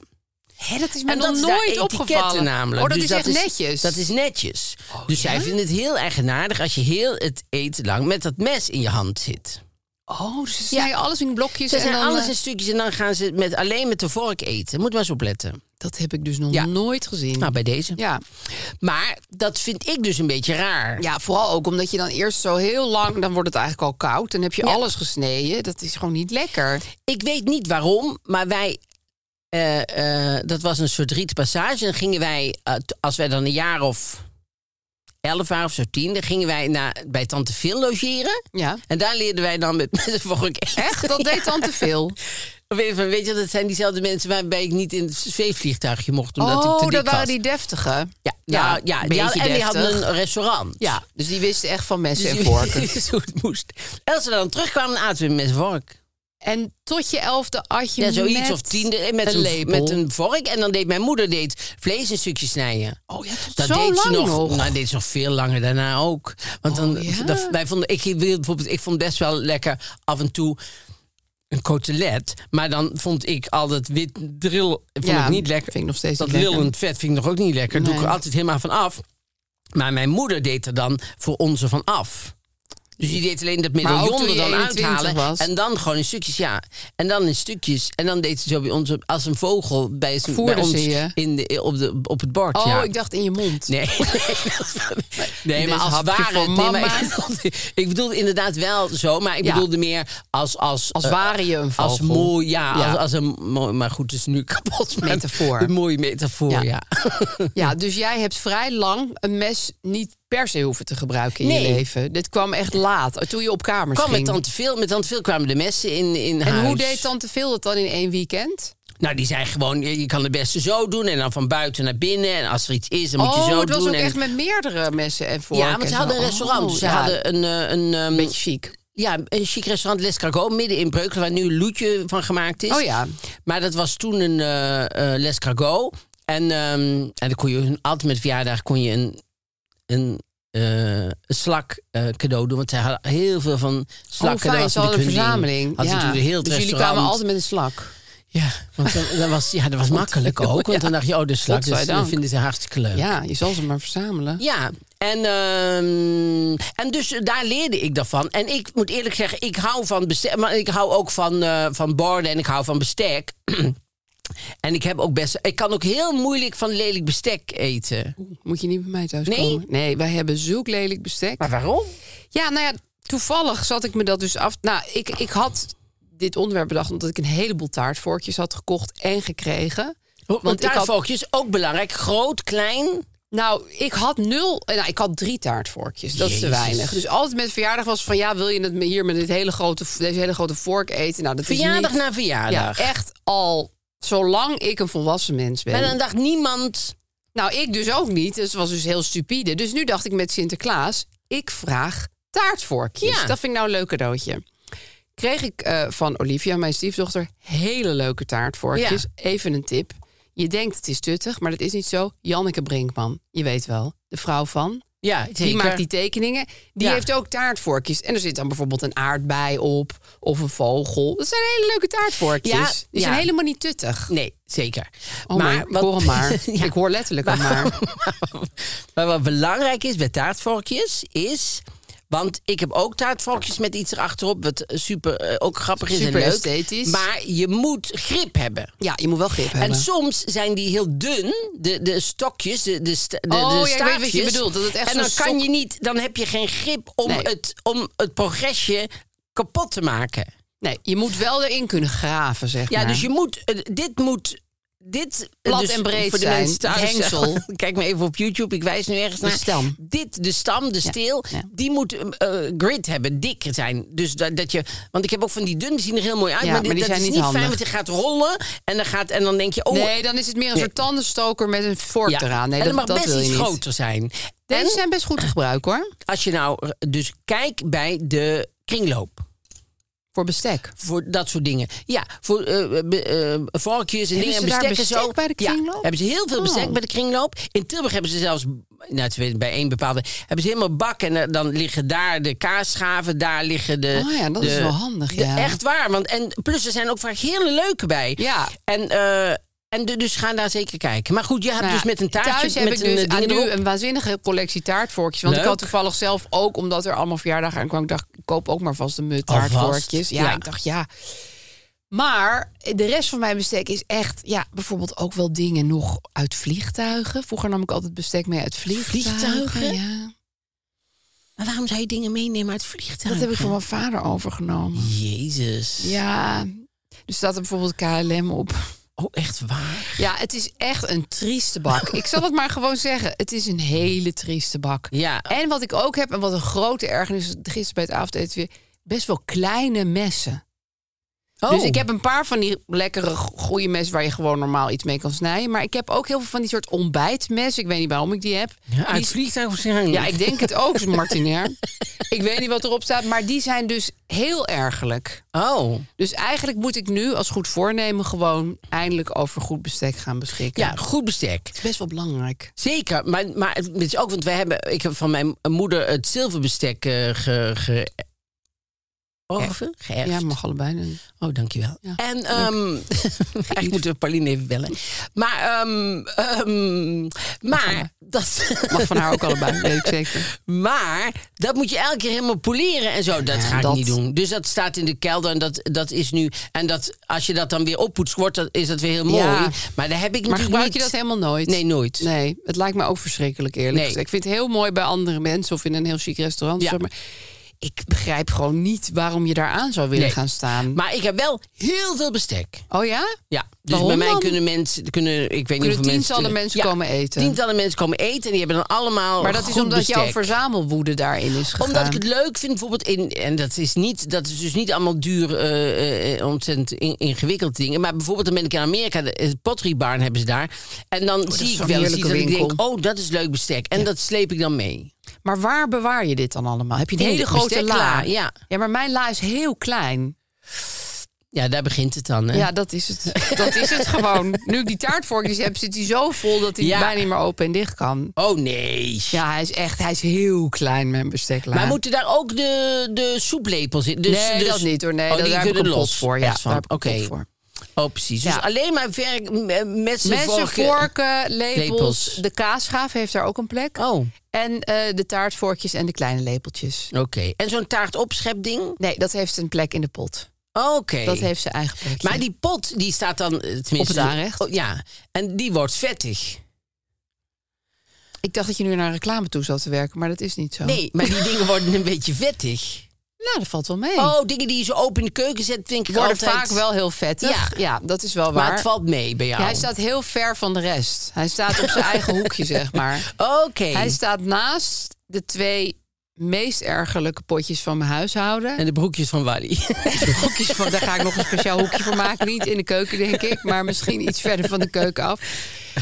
D: hè, dat is me
C: En
D: nog
C: dat is daar
D: nooit
C: etiketten
D: opgevallen.
C: namelijk.
D: Oh, dat
C: Dus
D: is echt netjes. Oh,
C: Dat is netjes. dus zij vinden het heel eigenaardig als je heel het eten lang met dat mes in je hand zit.
D: Oh, dus ze snijden alles in blokjes.
C: Ze
D: en
C: zijn
D: dan,
C: alles
D: eh,
C: in stukjes en dan gaan ze met, alleen met de vork eten. Moet maar eens opletten.
D: Dat heb ik dus nog
C: Ja.
D: nooit gezien.
C: Nou, bij deze.
D: ja.
C: Maar dat vind ik dus een beetje raar.
D: Ja, vooral ook omdat je dan eerst zo heel lang, dan wordt het eigenlijk al koud. Dan heb je
C: Ja.
D: alles gesneden. Dat is gewoon niet lekker.
C: Ik weet niet waarom, maar wij. eh, eh, dat was een soort rietpassage. Dan gingen wij, eh, t- als wij dan een jaar of elf waren of zo tien, dan gingen wij naar, bij Tante Phil logeren.
D: Ja.
C: En daar leerden wij dan met, met de vork eten.
D: Echt? Dat deed dan te veel.
C: Weet je, weet je, dat zijn diezelfde mensen waarbij ik niet in het zweefvliegtuigje mocht. Omdat ik te
D: Oh,
C: dik
D: dat waren
C: was.
D: die deftige.
C: Ja,
D: Ja,
C: nou, ja,
D: een
C: die had-
D: beetje
C: en die hadden
D: deftig.
C: een restaurant.
D: Ja, dus die wisten echt van
C: Dus
D: messen en
C: die
D: vorken.
C: wisten hoe het moest. En als ze dan terugkwamen, dan aten we met een vork.
D: En tot je elfde at je
C: Ja, zoiets
D: net
C: of tiende. eh, Met,
D: een
C: zo'n-
D: lepel.
C: met een vork. En dan deed mijn moeder deed vlees in stukjes snijden.
D: Oh ja, tot
C: Dat
D: zo
C: deed
D: lang
C: ze nog,
D: nog.
C: Nou, deed ze nog veel langer daarna ook. Want dan,
D: Oh, ja?
C: dat- wij vonden, ik, wil bijvoorbeeld, ik vond best wel lekker af en toe een cotelet. Maar dan vond ik al dat wit drill vond
D: Ja,
C: ik niet lekker.
D: vind ik nog steeds
C: dat
D: niet lekker.
C: rillend vet vind ik nog ook niet lekker. Doe ik
D: Nee.
C: er altijd helemaal van af. Maar mijn moeder deed er dan voor ons er van af. Dus die deed alleen dat
D: ook
C: medaillon
D: toen
C: er
D: je
C: dan
D: 21
C: uithalen.
D: was?
C: En dan gewoon in stukjes, ja. En dan in stukjes. En dan deed ze zo bij ons op- als een vogel bij, zijn- bij
D: Voerde ze
C: ons
D: je?
C: in de, op, de, op het bord.
D: Oh,
C: ja.
D: ik dacht in je mond.
C: Nee, nee, dat- nee maar
D: Dit
C: als het
D: hapje
C: ware.
D: voor
C: nee, maar
D: mama.
C: ik, bedoelde, ik bedoelde inderdaad wel zo, maar ik
D: Ja.
C: bedoelde meer als. Als,
D: Als
C: eh,
D: ware je een vogel.
C: Als mooi, ja.
D: Ja.
C: Als, als een mooi, maar goed, het is nu kapot. maar
D: Metafoor.
C: Een mooie metafoor, ja.
D: Ja. Ja, dus jij hebt vrij lang een mes niet per se hoeven te gebruiken in
C: Nee.
D: je leven. Dit kwam echt laat, toen je op kamers
C: Kwam met
D: ging.
C: tante veel, met tante veel kwamen de messen in, in
D: en
C: huis.
D: hoe deed Tante Veel dat dan in één weekend?
C: Nou, die zei gewoon, je je kan het beste zo doen en dan van buiten naar binnen. En als er iets is, dan moet je
D: oh,
C: zo
D: het was
C: doen.
D: ook
C: en,
D: echt met meerdere messen en vorken.
C: ja, want ze
D: en
C: hadden
D: zo.
C: een restaurant.
D: Oh,
C: dus ze
D: ja,
C: hadden een, eh, een, ehm,
D: een beetje chic.
C: Ja, een chic restaurant Les Cragot, midden in Breukelen, waar nu Loetje van gemaakt is.
D: Oh ja.
C: Maar dat was toen een eh, eh, Les Cragot. En, ehm, en dan kon je altijd met verjaardag kon je een, een, eh, een slak eh, cadeau doen. Want zij hadden heel veel van
D: Oh,
C: slakken.
D: fijn, ze hadden een verzameling.
C: Had
D: ja.
C: natuurlijk heel het
D: dus jullie
C: restaurant.
D: kwamen altijd met een slak.
C: Ja, want dan, dan was, ja, dat was makkelijk ook. Want dan dacht je, oh, de slak, dus,
D: Godzijdank.
C: dat vinden ze hartstikke leuk.
D: Ja, je zal ze maar verzamelen.
C: Ja, en, ehm, en dus daar leerde ik daarvan. En ik moet eerlijk zeggen, ik hou van bestek, maar ik hou ook van, eh, van borden en ik hou van bestek. en ik heb ook best, ik kan ook heel moeilijk van lelijk bestek eten.
D: Moet je niet bij mij thuis
C: Nee?
D: komen? Nee, wij hebben zulk lelijk bestek.
C: waarom?
D: Ja, nou ja, toevallig zat ik me dat dus af. Nou, ik, ik had dit onderwerp bedacht omdat ik een heleboel taartvorkjes had gekocht en gekregen.
C: Oh, Want
D: ik had-
C: taartvorkjes, dus ook belangrijk, groot, klein.
D: Nou, ik had nul. eh, Nou, ik had drie taartvorkjes. Dat is te
C: Jezus.
D: weinig. Dus altijd met verjaardag was van ja, wil je het me hier met dit hele grote, deze hele grote vork eten? Nou, dat
C: Verjaardag
D: is niet,
C: na
D: ja,
C: verjaardag.
D: echt al zolang ik een volwassen mens ben.
C: maar dan dacht niemand,
D: Nou, ik dus ook niet. Dus het was dus heel stupide. Dus nu dacht ik met Sinterklaas, ik vraag taartvorkjes.
C: Ja.
D: Dat vind ik nou een leuk cadeautje. Kreeg ik eh, van Olivia, mijn stiefdochter, hele leuke taartvorkjes. Even een tip. Je denkt het is tuttig, maar dat is niet zo. Janneke Brinkman, je weet wel, de vrouw van.
C: ja,
D: Die
C: zeker.
D: maakt die tekeningen. Die
C: Ja.
D: heeft ook taartvorkjes. En er zit dan bijvoorbeeld een aardbei op of een vogel. Dat zijn hele leuke taartvorkjes.
C: Ja, ja.
D: die zijn helemaal niet tuttig.
C: Nee, zeker.
D: Oh maar, ik hoor hem maar.
C: Ja.
D: Ik hoor letterlijk hem maar.
C: Maar wat belangrijk is bij taartvorkjes is. Want ik heb ook taartvorkjes met iets erachterop. Wat super, eh, ook grappig is en
D: Super
C: leuk.
D: esthetisch.
C: Maar je moet grip hebben.
D: Ja, je moet wel grip hebben.
C: En dus- soms zijn die heel dun, de, de stokjes, de, de, sta- de, de
D: Oh, ja, ik weet wat je
C: staafjes.
D: bedoelt, dat het echt
C: en dan
D: zo'n
C: kan
D: stok-
C: je niet, dan heb je geen grip om,
D: Nee.
C: het, om het progresje kapot te maken.
D: Nee, je moet wel erin kunnen graven, zeg
C: Ja,
D: maar.
C: dus je moet, eh, dit moet, dit... eh,
D: Plat
C: dus
D: en breed
C: voor de
D: zijn,
C: mensen thuis,
D: het hengsel.
C: eh, Kijk maar even op YouTube, ik wijs nu ergens
D: De
C: naar.
D: stam.
C: Dit, de stam, de steel,
D: ja.
C: die moet eh, eh, grit hebben, dik zijn. Dus dat, dat je, want ik heb ook van die dun, die zien er heel mooi uit.
D: Ja,
C: maar, dit-
D: maar die
C: dat
D: zijn
C: is
D: niet
C: niet fijn,
D: handig.
C: want je gaat rollen en dan, gaat, en dan denk je, oh...
D: Nee, dan is het meer een soort tandenstoker met een vork
C: ja.
D: eraan. Nee,
C: en
D: dat,
C: dat mag
D: dat
C: best
D: wil je
C: iets
D: niet.
C: groter zijn.
D: Deze
C: en
D: zijn best goed te gebruiken, hoor.
C: als je nou eh, dus kijkt bij de kringloop.
D: Voor bestek.
C: Voor dat soort dingen. Ja, voor eh, be- eh, vorkjes en
D: Hebben
C: dingen en
D: ze daar
C: bestek en
D: bestek
C: zo.
D: bij de
C: Ja,
D: kringloop?
C: hebben ze heel veel bestek
D: Oh.
C: bij de kringloop. In Tilburg hebben ze zelfs, nou, het is bij één bepaalde, hebben ze helemaal bak. En eh, dan liggen daar de kaasschaven, daar liggen de...
D: Oh ja, dat is
C: de-
D: wel handig,
C: de-
D: ja.
C: echt waar. Want, en plus, er zijn ook vaak hele leuke bij.
D: Ja.
C: En, eh, en de- dus ga daar zeker kijken. Maar goed, je hebt
D: Nou ja,
C: dus met een taartje...
D: Thuis heb
C: met
D: ik
C: een,
D: dus
C: eh,
D: aan
C: ding
D: nu
C: erop.
D: een waanzinnige collectie taartvorkjes. Want ik
C: Leuk.
D: had toevallig zelf ook, omdat er allemaal verjaardagen aankwamen... ik dacht, ik koop ook maar Oh, vast een mut
C: Alvast,
D: taartvorkjes. Ja,
C: ja.
D: ik dacht, ja. Maar de rest van mijn bestek is echt... Ja, bijvoorbeeld ook wel dingen nog uit vliegtuigen. Vroeger nam ik altijd bestek mee uit vliegtuigen.
C: Vliegtuigen?
D: Ja.
C: Maar waarom zou je dingen meenemen uit vliegtuigen?
D: Dat heb ik van mijn vader overgenomen.
C: Nou, Jezus.
D: Ja, dus staat er bijvoorbeeld KLM op.
C: Oh, echt waar?
D: Ja, het is echt een trieste bak. Ik zal het maar gewoon zeggen. Het is een hele trieste bak.
C: Ja.
D: En wat ik ook heb, en wat een grote ergernis... gisteren bij het avondeten weer, best wel kleine messen.
C: Oh.
D: Dus ik heb een paar van die lekkere goede messen waar je gewoon normaal iets mee kan snijden. Maar ik heb ook heel veel van die soort ontbijtmessen. Ik weet niet waarom ik die heb.
C: Ja, uit
D: Die-
C: vliegtuig waarschijnlijk.
D: ja, ik denk het ook, Martinair. ik weet niet wat erop staat, maar die zijn dus heel ergelijk.
C: Oh.
D: Dus eigenlijk moet ik nu als goed voornemen gewoon eindelijk over goed bestek gaan beschikken.
C: Ja, goed bestek.
D: is best wel belangrijk.
C: Zeker, maar, maar het is ook, want wij hebben, ik heb van mijn moeder het zilverbestek eh, ge, ge, Orven? geërfd.
D: Ja, mag allebei. doen.
C: Oh, dankjewel.
D: Ja.
C: En ehm eigenlijk moeten we Pauline even bellen. Maar, ehm, ehm, maar, dat,
D: Mag van haar ook allebei, weet ik zeker.
C: maar dat moet je elke keer helemaal poleren en zo. Dat ga ik
D: dat-
C: niet doen. Dus dat staat in de kelder en dat, dat is nu... En dat, als je dat dan weer oppoetst, wordt dat, is dat weer heel mooi.
D: Ja.
C: Maar daar heb ik
D: Maar
C: natuurlijk
D: gebruik je
C: niet-
D: dat helemaal nooit?
C: Nee, nooit.
D: Nee, het lijkt me ook verschrikkelijk eerlijk
C: Nee.
D: gezegd. Ik vind het heel mooi bij andere mensen of in een heel chic restaurant.
C: Ja.
D: zeg maar. Ik begrijp gewoon niet waarom je daar aan zou willen
C: Nee.
D: gaan staan.
C: Maar ik heb wel heel veel bestek.
D: oh ja?
C: Ja, dus
D: Waarom
C: bij mij
D: dan?
C: kunnen mensen, kunnen, ik weet niet
D: Kunnen
C: hoeveel mensen...
D: tientallen mensen komen eten?
C: Tientallen mensen komen eten en die hebben dan allemaal
D: Maar dat is
C: goed
D: omdat jouw
C: bestek.
D: verzamelwoede daarin is gegaan.
C: Omdat ik het leuk vind, bijvoorbeeld in. En dat is, niet, dat is dus niet allemaal duur, eh, eh, ontzettend in- ingewikkelde dingen. Maar bijvoorbeeld, dan ben ik in Amerika, de eh, Pottery Barn hebben ze daar. En dan
D: Oh, is
C: zie ik
D: zo'n
C: wel eens iets
D: heerlijke
C: dat ik
D: winkel.
C: denk: oh, dat is leuk bestek. En dat sleep ik dan mee.
D: Maar waar bewaar je dit dan allemaal? Heb je een
C: In
D: hele
C: de
D: grote
C: bestekla,
D: la?
C: ja.
D: ja, maar mijn la is heel klein.
C: Ja, daar begint het dan. Hè?
D: Ja, dat is het. Dat is het gewoon. Nu ik die taartvorkjes heb, zit hij zo vol dat hij
C: Ja.
D: bijna niet meer open en dicht kan.
C: Oh nee.
D: Ja, hij is echt hij is heel klein, mijn bestekla.
C: Maar moeten daar ook de, de soeplepels in? Dus,
D: nee,
C: dus-
D: dat niet hoor. Nee,
C: oh,
D: dat
C: die
D: daar heb ik
C: kunnen
D: een pot
C: los.
D: voor. Ja,
C: Echt van,
D: daar heb ik een
C: Oké.
D: pot voor.
C: Oh, precies.
D: Ja.
C: Dus alleen maar werk, m- messen,
D: Messen,
C: vorken.
D: vorken, lepels.
C: Lepels.
D: De kaasschaaf heeft daar ook een plek.
C: Oh, oké.
D: En eh, de taartvorkjes en de kleine lepeltjes.
C: En zo'n taart opschepding?
D: Nee, dat heeft een plek in de pot.
C: Oké.
D: Dat heeft zijn eigen plekje.
C: Maar die pot, die staat dan... eh, Tenminste,
D: Op het aanrecht. Oh.
C: Oh, ja, en die wordt vettig.
D: Ik dacht dat je nu naar reclame toe zat te werken, maar dat is niet zo.
C: Nee, maar die dingen worden een beetje vettig.
D: Nou, dat valt wel mee.
C: Oh, dingen die je zo open in de keuken zet, denk ik
D: Worden
C: altijd...
D: vaak wel heel vettig.
C: Ja.
D: Ja, dat is wel
C: Maar
D: waar.
C: het valt mee bij jou.
D: Ja, hij staat heel ver van de rest. Hij staat op zijn eigen hoekje, zeg maar.
C: Oké.
D: Hij staat naast de twee meest ergerlijke potjes van mijn huishouden.
C: En de broekjes van Wally.
D: hoekjes van. Daar ga ik nog een speciaal hoekje voor maken. Niet in de keuken, denk ik, maar misschien iets verder van de keuken af.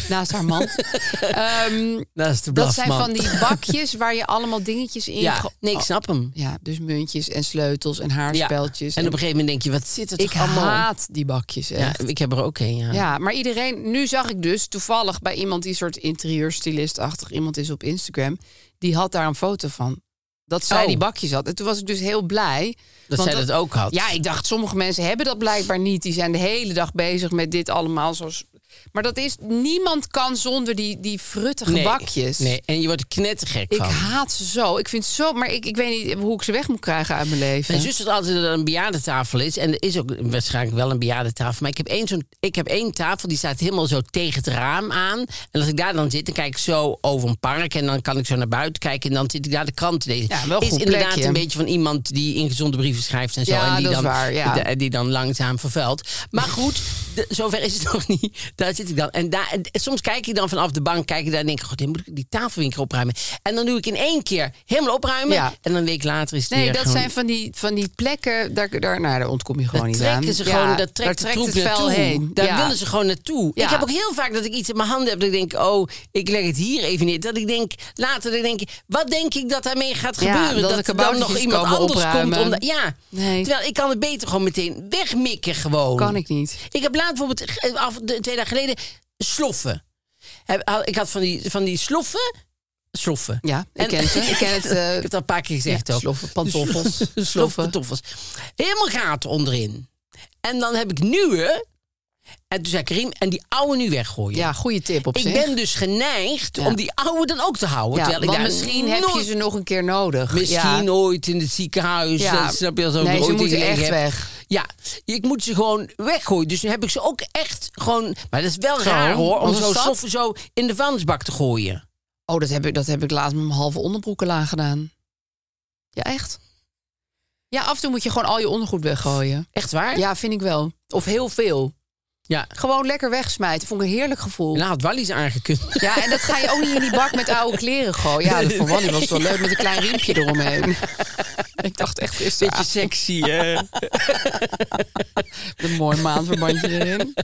D: Naast haar mand. Ehm,
C: Dat is de
D: dat zijn
C: blafman.
D: van die Oh. bakjes waar je allemaal dingetjes in.
C: Ja,
D: ge-
C: nee, ik snap hem.
D: ja, dus muntjes en sleutels en
C: Ja.
D: haarspeltjes.
C: En op een gegeven moment denk je, wat zit er
D: ik
C: toch allemaal op?
D: haat die bakjes
C: Ja,
D: echt. Ja.
C: ik heb er ook een, ja.
D: maar iedereen. Nu zag ik dus toevallig bij iemand die een soort interieurstylist-achtig iemand is op Instagram. Die had daar een foto van. Dat zij
C: Oh.
D: die bakjes had. En toen was ik dus heel blij.
C: Dat
D: want
C: zij dat ook had.
D: ja, ik dacht, sommige mensen hebben dat blijkbaar niet. Die zijn de hele dag bezig met dit allemaal. Zoals... Maar dat is, niemand kan zonder die, die fruttige
C: nee.
D: bakjes.
C: Nee, en je wordt er knettergek
D: Ik
C: van.
D: haat ze zo. Ik vind ze zo, maar ik, ik weet niet hoe ik ze weg moet krijgen uit mijn leven.
C: Mijn zus had altijd dat er een bejaardentafel is. En er is ook waarschijnlijk wel een bejaardentafel. Maar ik heb één, zo'n, ik heb één tafel die staat helemaal zo tegen het raam aan. En als ik daar dan zit, dan kijk ik zo over een park. En dan kan ik zo naar buiten kijken. En dan zit ik daar de krant te lezen.
D: Ja, wel een
C: is
D: goed
C: inderdaad
D: plekje.
C: een beetje van iemand die ingezonde brieven schrijft en zo.
D: Ja,
C: en die
D: dat is
C: dan,
D: waar, ja.
C: de- die dan langzaam vervuilt. Maar goed, de- zover is het nog niet. Daar zit ik dan. En, daar, en soms kijk ik dan vanaf de bank. Kijk ik daar en denk ik, god, dit moet ik die tafel weer opruimen. En dan doe ik in één keer helemaal opruimen.
D: Ja.
C: En een week later is het
D: Nee,
C: weer
D: dat
C: gewoon-
D: zijn van die, van die plekken, daar, daar, nou, daar ontkom je gewoon
C: dat
D: niet aan.
C: trekken ze
D: Ja,
C: gewoon, dat
D: daar
C: trekt de
D: trekt
C: troep
D: het vuil
C: naartoe.
D: heen.
C: Daar
D: Ja.
C: willen ze gewoon naartoe.
D: Ja.
C: Ik heb ook heel vaak dat ik iets in mijn handen heb dat ik denk, oh, ik leg het hier even neer. Dat ik denk, later dat ik denk, wat denk ik dat daarmee gaat
D: Ja,
C: gebeuren?
D: dat de
C: er dan nog
D: kaboutertjes
C: iemand
D: komen
C: anders
D: opruimen.
C: komt. Om da- ja,
D: Nee.
C: terwijl ik kan het beter gewoon meteen wegmikken gewoon.
D: Kan ik niet.
C: Ik heb laat bijvoorbeeld eh, af, de- twee dagen geleden sloffen. Heb- had- Ik had van die, van die sloffen. Sloffen.
D: Ja, ik
C: En-
D: ken ze. Ik ken het, eh,
C: ik heb het al een paar keer gezegd
D: ja,
C: ook.
D: sloffen, pantoffels,
C: Sloffen,
D: sloffen.
C: pantoffels. Helemaal gaten onderin. En dan heb ik nieuwe. En toen zei Karim, en die oude nu weggooien.
D: Ja, goede tip op
C: ik
D: zich.
C: ben dus geneigd
D: Ja.
C: om die oude dan ook te houden.
D: ja,
C: terwijl ik
D: want
C: daar
D: misschien heb je
C: nooit-
D: ze nog een keer nodig.
C: Misschien
D: ja.
C: ooit in het ziekenhuis.
D: Ja.
C: Dat snap je als ook
D: Nee,
C: er
D: ze
C: ooit in
D: moeten
C: gelegen
D: echt
C: hebt.
D: weg.
C: Ja, ik moet ze gewoon weggooien. Dus nu heb ik ze ook echt gewoon... Maar dat is wel
D: Gewoon,
C: raar hoor, om
D: onze
C: zo
D: stad.
C: stoffen zo in de vuilnisbak te gooien.
D: Oh, dat heb ik, dat heb ik laatst met mijn halve onderbroekenla gedaan. Ja, echt? Ja, af en toe moet je gewoon al je ondergoed weggooien.
C: Echt waar?
D: Ja, vind ik wel. Of heel veel.
C: Ja.
D: Gewoon lekker wegsmijten. Vond ik een heerlijk gevoel.
C: Nou had Wallis aangekund.
D: Ja, en dat ga je ook niet in die bak met oude kleren gooien. Ja, dat vond Wally was wel leuk met een klein riempje eromheen. Ik dacht echt, is ah.
C: Beetje sexy, hè?
D: een mooi maandverbandje erin.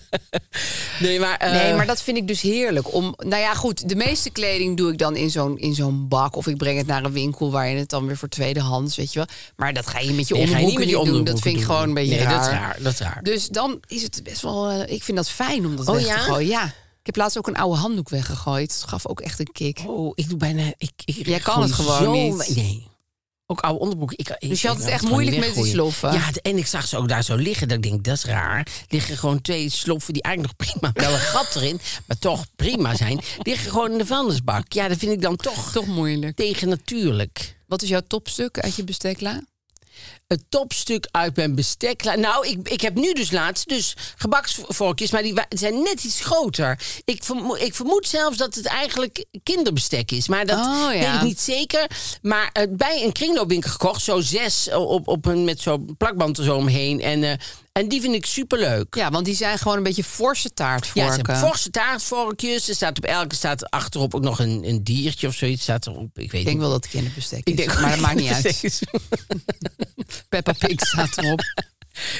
C: Nee, maar... eh,
D: Nee, maar dat vind ik dus heerlijk. Om, nou ja, goed, de meeste kleding doe ik dan in zo'n, in zo'n bak. Of ik breng het naar een winkel waar je het dan weer voor tweedehands, weet je wel. Maar dat ga je met je
C: nee, ga je
D: onderbroeken
C: niet met die
D: niet doen. Dat
C: onderbroeken
D: vind ik
C: doen.
D: gewoon een beetje
C: nee,
D: raar.
C: dat is raar. Dat is raar.
D: Dus dan is het best wel... eh, ik vind dat fijn om dat
C: Oh,
D: weg
C: ja?
D: te gooien. Ja. Ik heb laatst ook een oude handdoek weggegooid. Dat gaf ook echt een kick.
C: Oh, ik doe bijna... Ik, ik
D: Jij kan het
C: gooi
D: gewoon niet.
C: we- Nee. Ook oude onderbroeken. Ik, ik-
D: Dus je had het
C: ik
D: echt
C: kan
D: moeilijk
C: niet
D: met die
C: weggooien.
D: sloffen?
C: Ja, d- en ik zag ze ook daar zo liggen. Dat ik denk, dat is raar. Liggen gewoon twee sloffen die eigenlijk nog prima... Wel een gat erin, maar toch prima zijn. Liggen gewoon in de vuilnisbak. Ja, dat vind ik dan toch,
D: Toch moeilijk.
C: tegennatuurlijk.
D: Wat is jouw topstuk uit je bestekla?
C: het topstuk uit mijn bestek. Nou, ik, ik heb nu dus laatst dus gebaksvorkjes, maar die wa- zijn net iets groter. Ik, vermo- ik vermoed zelfs dat het eigenlijk kinderbestek is, maar dat
D: Oh, ja.
C: weet ik niet zeker. Maar eh, bij een kringloopwinkel gekocht, zo zes eh, op, op een, met zo'n plakband er zo omheen. En, eh, en die vind ik superleuk.
D: Ja, want die zijn gewoon een beetje forse
C: Ja,
D: taartvorken.
C: ze hebben forse taartvorkjes. Er staat op elke staat achterop ook nog een, een diertje of zoiets. Staat erop. Ik weet
D: Ik denk
C: niet.
D: wel dat het kinderbestek is,
C: Ik denk-
D: maar dat maakt niet uit. Peppa Pig staat erop.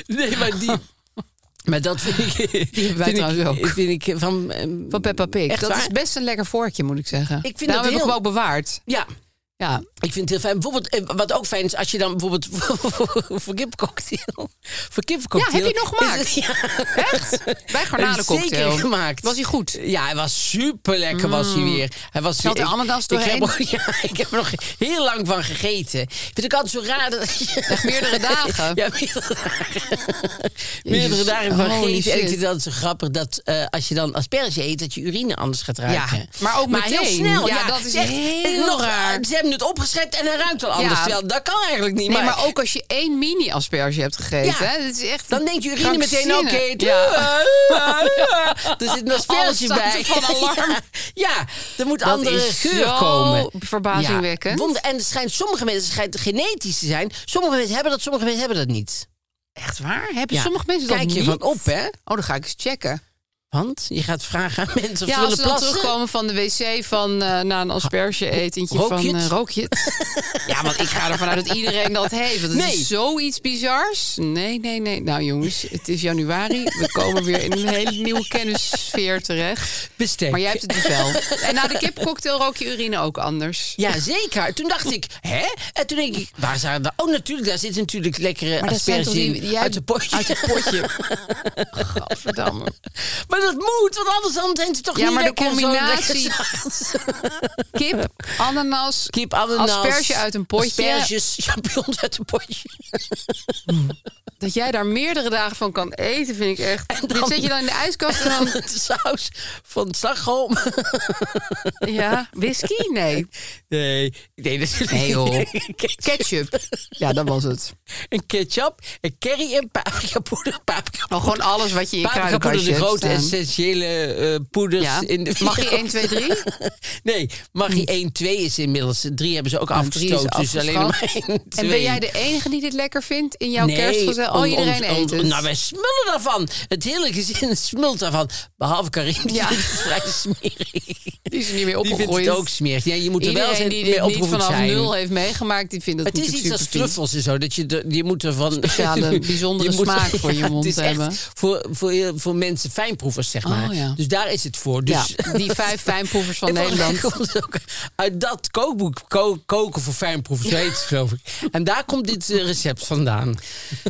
C: Nee, maar die. Maar dat vind ik.
D: hebben wij
C: vind
D: trouwens
C: ik,
D: ook.
C: Vind ik van, ehm,
D: Van Peppa Pig.
C: Echt
D: dat
C: waar?
D: is best een lekker vorkje, moet ik zeggen.
C: vind
D: nou,
C: dat
D: we hebben
C: heel-
D: hem ook bewaard.
C: Ja,
D: Ja.
C: ik vind het heel fijn. Bijvoorbeeld, eh, wat ook fijn is, als je dan bijvoorbeeld voor kipcocktail. Voor kipcocktail.
D: Ja, heb je het nog
C: is
D: gemaakt?
C: het- ja.
D: Echt? Bij
C: Zeker
D: garnalencocktail.
C: gemaakt.
D: Was hij goed? Mm.
C: Ja, hij was super lekker was hij weer. Hij was
D: Zat er
C: ik-
D: ananas
C: ik
D: doorheen?
C: heb ook- ja, ik heb er nog heel lang van gegeten. Vind ik altijd zo raar dat je...
D: meerdere dagen?
C: Ja, meerdere dagen. meerdere dagen van
D: Holy
C: gegeten. En ik
D: shit.
C: vind het altijd zo grappig dat eh, als je dan asperge eet, dat je urine anders gaat ruiken.
D: Ja, maar ook
C: heel
D: meteen.
C: snel.
D: Ja, dat is
C: echt-
D: heel
C: nog,
D: raar.
C: Ze hebben het opgeschept en hij ruikt al anders.
D: Ja.
C: Terwijl, dat kan eigenlijk niet.
D: Nee, maar, ook als je één mini-asperge hebt gegeten.
C: Ja.
D: Hè? Dat is echt
C: Dan denkt je urine meteen, oké,
D: krankzinnig.
C: doe- eh.
D: Ja.
C: er zit een asperge
D: Alle
C: bij.
D: soorten van alarm.
C: Ja, ja, er moet
D: Dat
C: andere
D: is
C: geur
D: zo
C: komen.
D: verbazingwekkend.
C: Ja, wonder- en het schijnt, sommige mensen schijnt genetisch te zijn. Sommige mensen hebben dat, sommige mensen hebben dat niet.
D: Echt waar? Hebben
C: Ja.
D: sommige mensen
C: Kijk
D: dat
C: je
D: niet?
C: van op, hè?
D: Oh, dan ga ik eens checken.
C: Want je gaat vragen aan mensen of ze
D: ja, als
C: willen
D: ze dan
C: plassen.
D: terugkomen van de wc van, eh, na een asperge-etentje
C: Rook
D: van
C: je het?
D: eh, rook je het? ja, want ik ga ervan uit dat iedereen dat heeft. Want het
C: Nee.
D: is zoiets bizars. Nee, nee, nee. Nou jongens, het is januari. We komen weer in een hele nieuwe kennissfeer terecht.
C: Bestek.
D: Maar jij hebt het dus wel. En na de kipcocktail rook je urine ook anders.
C: Ja, zeker. Toen dacht ik, hè? En toen denk ik, waar zijn dat? Oh, natuurlijk, daar zit natuurlijk lekkere
D: Maar dat zijn
C: asperges
D: toch
C: in.
D: die- jij-
C: uit de potje.
D: uit het potje. Gadverdamme.
C: maar dat moet, want anders dan zijn ze toch
D: Ja,
C: niet
D: maar de
C: lekker zo
D: combinatie
C: lekker
D: kip, ananas,
C: Kip, ananas.
D: Asperge uit een potje.
C: Asperges, champignons uit een potje.
D: Dat jij daar meerdere dagen van kan eten, vind ik echt.
C: dan-
D: Dit zet je dan in de ijskast en dan.
C: De saus van slagroom.
D: Ja, whisky? Nee.
C: Nee, nee, dat is
D: Nee, joh.
C: Ke-
D: Ketchup. Ja, dat was het.
C: En ketchup, en curry en paprikapoeder. Paprika
D: Oh, gewoon alles wat je in je
C: Paprikapoeder,
D: kruidenkastje
C: de
D: hebt
C: grote
D: staan.
C: essentiële eh, poeders
D: Ja.
C: in de
D: Mag je 1, 2, 3?
C: Nee, Maggi 1, 2 is inmiddels. 3 hebben ze ook
D: Nou, drie is
C: afgestoten. Dus alleen nog maar 1, 2.
D: En ben jij de enige die dit lekker vindt in jouw
C: Nee,
D: kerstgezel? Oh,
C: on-
D: iedereen
C: ons-
D: eet
C: on-
D: het.
C: Nou, wij smullen daarvan. Het hele gezin smult daarvan. Behalve Karin, die
D: Ja.
C: vindt het vrij smerig.
D: die is er
C: Die
D: niet meer
C: vindt het
D: opgegroeid.
C: ook smerig. Ja, je moet er wel
D: Iedereen
C: eens
D: die
C: mee
D: dit niet
C: opgevoed
D: vanaf
C: zijn.
D: nul heeft meegemaakt, die vindt dat
C: Het is iets als truffels en zo. Dat je, de, je moet er van...
D: Speciale, bijzondere
C: je moet-
D: smaak voor je mond
C: het is echt
D: hebben. Oh,
C: voor, voor, voor mensen fijnproevers, zeg maar.
D: ja.
C: Dus daar is het voor. Dus
D: Ja, die vijf fijnproevers van
C: En volgens mij
D: Nederland.
C: komt het ook uit dat kookboek ko- Koken voor fijnproevers, zo heet het, geloof ik. En daar komt dit eh, recept vandaan.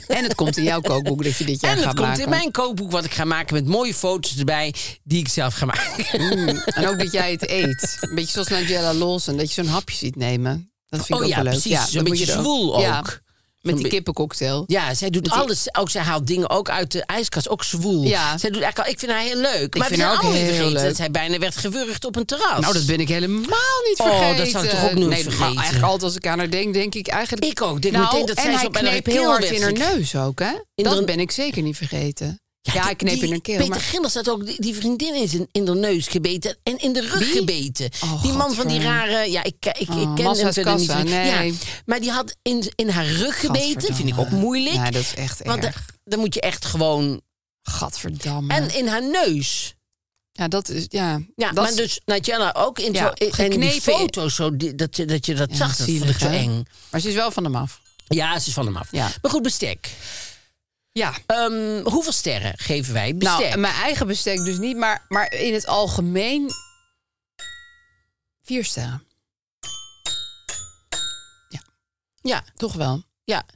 D: En het komt in jouw kookboek dat je dit jaar
C: en het
D: gaat
C: komt
D: maken.
C: in mijn kookboek wat ik ga maken met mooie foto's erbij die ik zelf ga maken.
D: Mm, En ook dat jij het eet. Een beetje zoals Nigella Lawson, dat je zo'n hapje ziet nemen. Dat vind ik
C: Oh
D: ook
C: ja,
D: wel leuk.
C: precies. Zo'n
D: dan moet
C: beetje
D: je er
C: zwoel
D: Ja,
C: ook.
D: met
C: be-
D: die kippencocktail.
C: Ja, zij doet
D: die-
C: alles. Ook, zij haalt dingen ook uit de ijskast. Ook zwoel.
D: Ja.
C: Zij doet eigenlijk al, ik vind haar heel leuk. maar
D: vind
C: we
D: haar
C: zijn
D: ook
C: allemaal
D: heel
C: niet vergeten
D: leuk.
C: dat zij bijna werd gewurgd op een terras.
D: Nou, dat ben ik helemaal niet
C: Oh, dat
D: vergeten.
C: zou ik toch ook nooit
D: nee, Maar
C: vergeten.
D: eigenlijk altijd als ik aan haar denk, denk ik eigenlijk...
C: Ik ook. Denk
D: nou,
C: meteen dat
D: en
C: zij
D: hij
C: zo bijna
D: kneep
C: een
D: heel
C: pil
D: hard
C: werd
D: in haar
C: geknipt.
D: neus ook, hè?
C: In
D: dat
C: de-
D: ben ik zeker niet vergeten. Ja, hij kneep
C: die-
D: in haar keel.
C: Peter
D: maar-
C: Gillis had ook die, die vriendin in, zijn, in de neus gebeten en in de rug
D: Wie?
C: gebeten.
D: Oh,
C: die man van die
D: gadver.
C: rare... Ja, ik, ik, ik
D: Oh,
C: ken hem
D: Massa's
C: verder niet.
D: Kassa, nee.
C: Ja, maar die had in, in haar rug gebeten. Vind ik ook
D: Gadverdamme.
C: moeilijk.
D: Nee, dat is echt
C: want
D: erg.
C: dan- dan moet je echt gewoon...
D: Gadverdamme.
C: En in haar neus.
D: ja, dat is... Ja,
C: Ja,
D: dat
C: maar
D: is-
C: dus Nigella ook in,
D: Ja,
C: zo, in- in die
D: geknepen.
C: foto's, zo, die- dat, je- dat je dat
D: Ja,
C: zag, dat vond
D: zielig,
C: ik zo
D: hè?
C: eng.
D: maar ze is wel van hem af.
C: Ja, ze is van hem af.
D: Ja.
C: Maar goed, bestek.
D: Ja.
C: Ehm, hoeveel sterren geven wij bestek?
D: Nou, mijn eigen bestek dus niet, maar, maar in het algemeen vier sterren. Ja. Ja, toch wel.
C: Ja.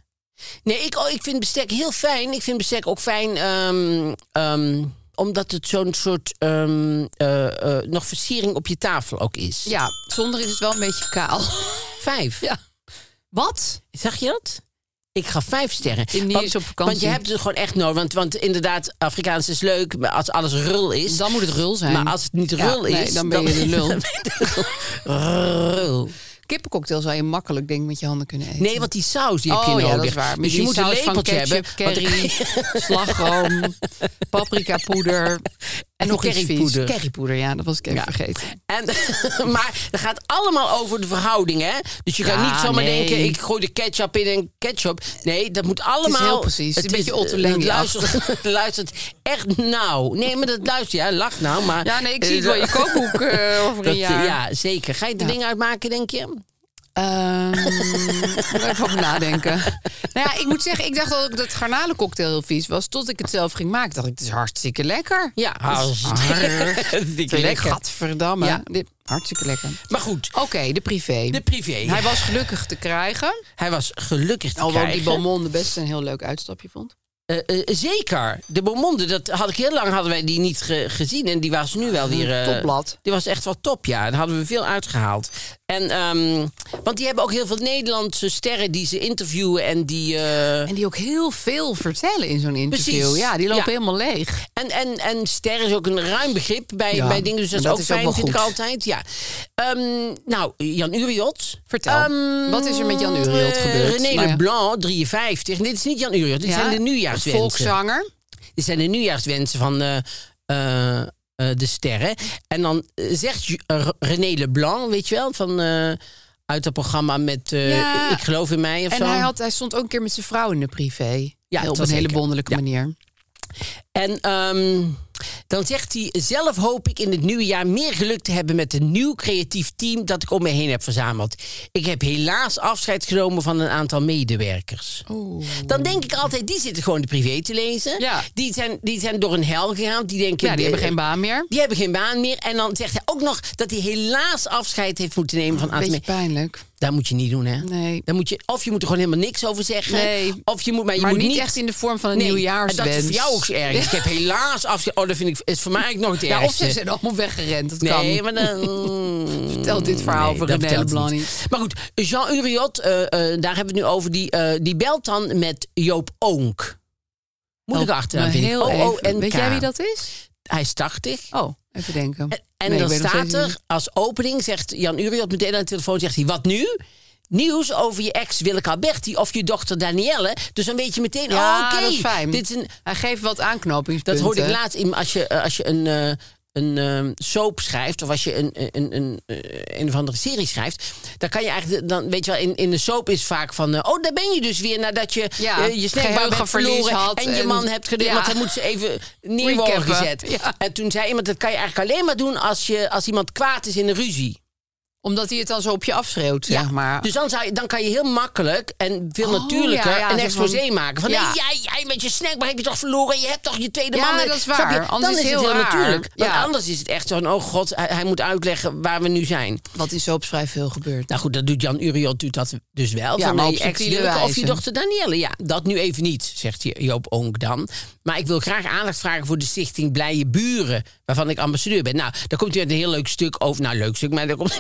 C: Nee, ik, oh, ik vind bestek heel fijn. Ik vind bestek ook fijn ehm, ehm, omdat het zo'n soort ehm, eh, eh, nog versiering op je tafel ook is.
D: Ja, zonder is het wel een beetje kaal.
C: Vijf.
D: Ja. Wat?
C: Zag je dat? Ik ga vijf sterren.
D: In die is op vakantie.
C: Want je hebt het gewoon echt nodig. Want, want inderdaad, Afrikaans is leuk maar als alles rul is.
D: Dan moet het rul zijn.
C: Maar als het niet
D: Ja,
C: rul
D: nee,
C: is,
D: dan ben je de lul.
C: dan ben je de lul. Rul.
D: Kippencocktail zou je makkelijk denk ik met je handen kunnen eten.
C: Nee, want die saus die heb je
D: oh,
C: nodig.
D: ja, dat is waar. Met
C: Dus je
D: die
C: moet een
D: saus van
C: lepeltje
D: ketchup,
C: hebben. want dan
D: curry,
C: kan je-
D: slagroom, paprikapoeder en, nog iets vies.
C: currypoeder.
D: Currypoeder, ja, dat was ik even vergeten.
C: En, maar dat gaat allemaal over de verhouding, hè? Dus je kan
D: Ja,
C: niet zomaar
D: nee.
C: denken, ik gooi de ketchup in en ketchup. Nee, dat moet allemaal...
D: heel precies. Een beetje
C: eh,
D: Otto Lengi
C: luistert, het luistert echt nauw. Nee, maar dat luistert... Ja, lach nou, maar...
D: Ja, nee, ik
C: eh,
D: zie het wel in je
C: dat-
D: kookboek eh, over
C: dat,
D: een
C: eh,
D: jaar.
C: Ja, zeker. Ga je er
D: Ja.
C: dingen uitmaken, denk je?
D: Ehm, moet ik even over nadenken. Nou ja, ik moet zeggen, ik dacht ook dat garnalencocktail heel vies was. Tot ik het zelf ging maken, dacht ik, het is hartstikke lekker.
C: Ja,
D: Ah.
C: hartstikke lekker.
D: Gadverdamme.
C: Ja.
D: Dit, hartstikke lekker.
C: Maar goed,
D: Oké, de privé.
C: de privé.
D: Hij was gelukkig te krijgen.
C: Hij was gelukkig te
D: Alhoewel die
C: krijgen.
D: Beaumonde best een heel leuk uitstapje vond.
C: Eh, eh, zeker. De Beaumonde, dat had ik heel lang hadden wij die niet ge- gezien. En die was nu wel weer. eh,
D: Topblad.
C: Die was echt wel top, ja. Daar hadden we veel uitgehaald. En, ehm, want die hebben ook heel veel Nederlandse sterren die ze interviewen. En, die, eh,
D: En die ook heel veel vertellen in zo'n interview.
C: Precies.
D: Ja, die lopen
C: Ja.
D: helemaal leeg.
C: en, en, en sterren is ook een ruim begrip bij,
D: Ja,
C: bij dingen. Dus dat,
D: en dat
C: is ook
D: is ook
C: fijn,
D: wel
C: vind ik
D: goed.
C: altijd. Ja. Ehm, nou, Jan Uriot.
D: Vertel.
C: Ehm,
D: Wat is er met Jan Uriot
C: eh,
D: gebeurd?
C: René
D: Nou ja.
C: Leblanc, 53. En dit is niet Jan Uriot, dit
D: Ja,
C: zijn de nieuwjaarswensen.
D: Volkszanger.
C: Dit zijn de nieuwjaarswensen van eh, eh, eh, de sterren. En dan eh, zegt Ju- eh, René Leblanc, weet je wel, van, eh, uit dat programma met eh,
D: Ja.
C: Ik geloof in mij of
D: En
C: zo.
D: hij, had, hij stond ook een keer met zijn vrouw in de privé.
C: Ja,
D: Heel
C: dat
D: op
C: was
D: een hele
C: zeker.
D: wonderlijke manier.
C: En ehm, dan zegt hij, zelf hoop ik in het nieuwe jaar meer geluk te hebben met een nieuw creatief team dat ik om me heen heb verzameld. Ik heb helaas afscheid genomen van een aantal medewerkers. Dan denk ik altijd, die zitten gewoon de privé te lezen.
D: Ja.
C: Die, zijn, die zijn door een hel gegaan. Die denken,
D: Ja, die hebben
C: eh,
D: geen baan meer.
C: Die hebben geen baan meer. En dan zegt hij ook nog dat hij helaas afscheid heeft moeten nemen van een aantal
D: Beetje
C: mensen.
D: pijnlijk.
C: Dat moet je niet doen, hè?
D: Nee.
C: Dan moet je, of je moet er gewoon helemaal niks over zeggen.
D: Nee.
C: Of je moet, maar je
D: maar
C: moet
D: niet, echt in de vorm van een
C: Nee,
D: nieuwjaarswens.
C: en Dat is voor jou ook zo erg. Ik heb helaas afscheid. Oh, dat vind ik, is voor mij eigenlijk nog het
D: Ja, of
C: ergste.
D: ze zijn allemaal weggerend. Dat
C: Nee,
D: kan.
C: maar dan...
D: Vertel dit verhaal
C: Nee,
D: over
C: dat
D: René
C: vertelt
D: Leblanc
C: hij
D: niet.
C: Maar goed, Jean Uriot, eh, eh, daar hebben we het nu over. Die, eh, die belt dan met Joop Oonk. Moeilijke
D: Help me
C: achternaam vind ik.
D: Oh, nou, heel even.
C: O-O-N-K.
D: Weet jij wie dat is?
C: Hij is 80.
D: Oh, even denken.
C: En, en
D: Nee, ik
C: dan
D: weet nog
C: staat
D: steeds
C: er
D: niet.
C: als opening, zegt Jan Uriot meteen aan de telefoon, zegt hij, wat nu? Nieuws over je ex Willeke Alberti of je dochter Danielle. Dus dan weet je meteen,
D: Ja,
C: oké,
D: dat is fijn.
C: dit is een...
D: Hij geeft wat
C: Dat
D: aanknopingspunten.
C: hoorde ik laatst in, als je, eh, als je een, eh, een eh, soap schrijft of als je een, een, een, een, eh, een of andere serie schrijft, dan kan je eigenlijk, dan weet je wel, in, in de soap is vaak van, eh, oh daar ben je dus weer nadat je
D: Ja,
C: eh, je snackbar hebt
D: geheugenverlies
C: verloren
D: had
C: en je
D: en-
C: man hebt gedaan,
D: Ja.
C: want dan moet ze even neer worden
D: Recappen.
C: gezet.
D: Ja.
C: En toen zei iemand, dat kan je eigenlijk alleen maar doen als, je, als iemand kwaad is in een ruzie.
D: Omdat hij het dan zo op je afschreeuwt, zeg maar.
C: Dus dan, zou je, dan kan je heel makkelijk en veel
D: Oh,
C: natuurlijker
D: ja, ja,
C: een
D: zo
C: exposé
D: van-
C: maken. Van
D: Ja.
C: nee, jij, jij met je snackbar heb je toch verloren? Je hebt toch je tweede
D: Ja,
C: man?
D: dat is
C: Snap
D: waar.
C: je?
D: Anders
C: dan is
D: is het
C: het
D: heel
C: heel
D: raar.
C: natuurlijk. Want
D: Ja.
C: anders is het echt zo'n, oh god, hij, hij moet uitleggen waar we nu zijn.
D: Wat in soap schrijft veel gebeurt.
C: Nou goed, dat doet Jan Uriot doet dat dus wel.
D: Ja,
C: van
D: maar
C: nee,
D: op
C: je ex
D: subtiele
C: Willeke of
D: wijze.
C: je dochter Danielle. Ja, dat nu even niet, zegt Joop Onk dan. Maar ik wil graag aandacht vragen voor de stichting Blije Buren... waarvan ik ambassadeur ben. Nou, daar komt u uit een heel leuk stuk over. Nou, leuk stuk, maar daar komt...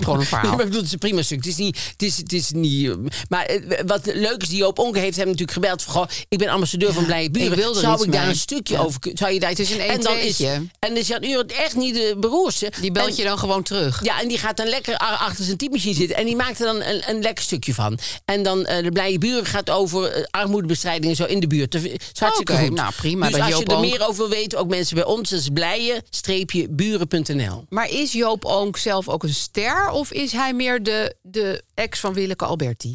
D: Gewoon een verhaal.
C: Nee, maar ik bedoel, het is een prima stuk. Het is niet... Het is, het is niet eh, maar eh, wat leuk is, die Joop Onk heeft hem natuurlijk gebeld... van, goh, ik ben ambassadeur van Blije Buren.
D: ik wil er
C: zou
D: iets
C: ik daar
D: mee.
C: een stukje
D: Ja.
C: over kunnen... Zou je daar...
D: Het is een
C: en dan is,
D: 1-2'tje.
C: en is Jan Uriot echt niet de beroerste.
D: Die
C: En-
D: belt je dan gewoon terug.
C: ja, en die gaat dan lekker a- achter zijn typemachine zitten. En die maakt er dan een, een lekker stukje van. En dan eh, de blije buren gaat over eh, armoedebestrijding en zo in de buurt. Dat is hartstikke
D: Oké,
C: goed.
D: nou, prima.
C: Dus
D: Dat
C: als je
D: Joop
C: er
D: Onk-
C: meer over wil weten, ook mensen bij ons, dat is blije-buren.nl.
D: Maar is Joop Oonk zelf ook een ster? expert of is hij meer de, de ex van Willeke Alberti?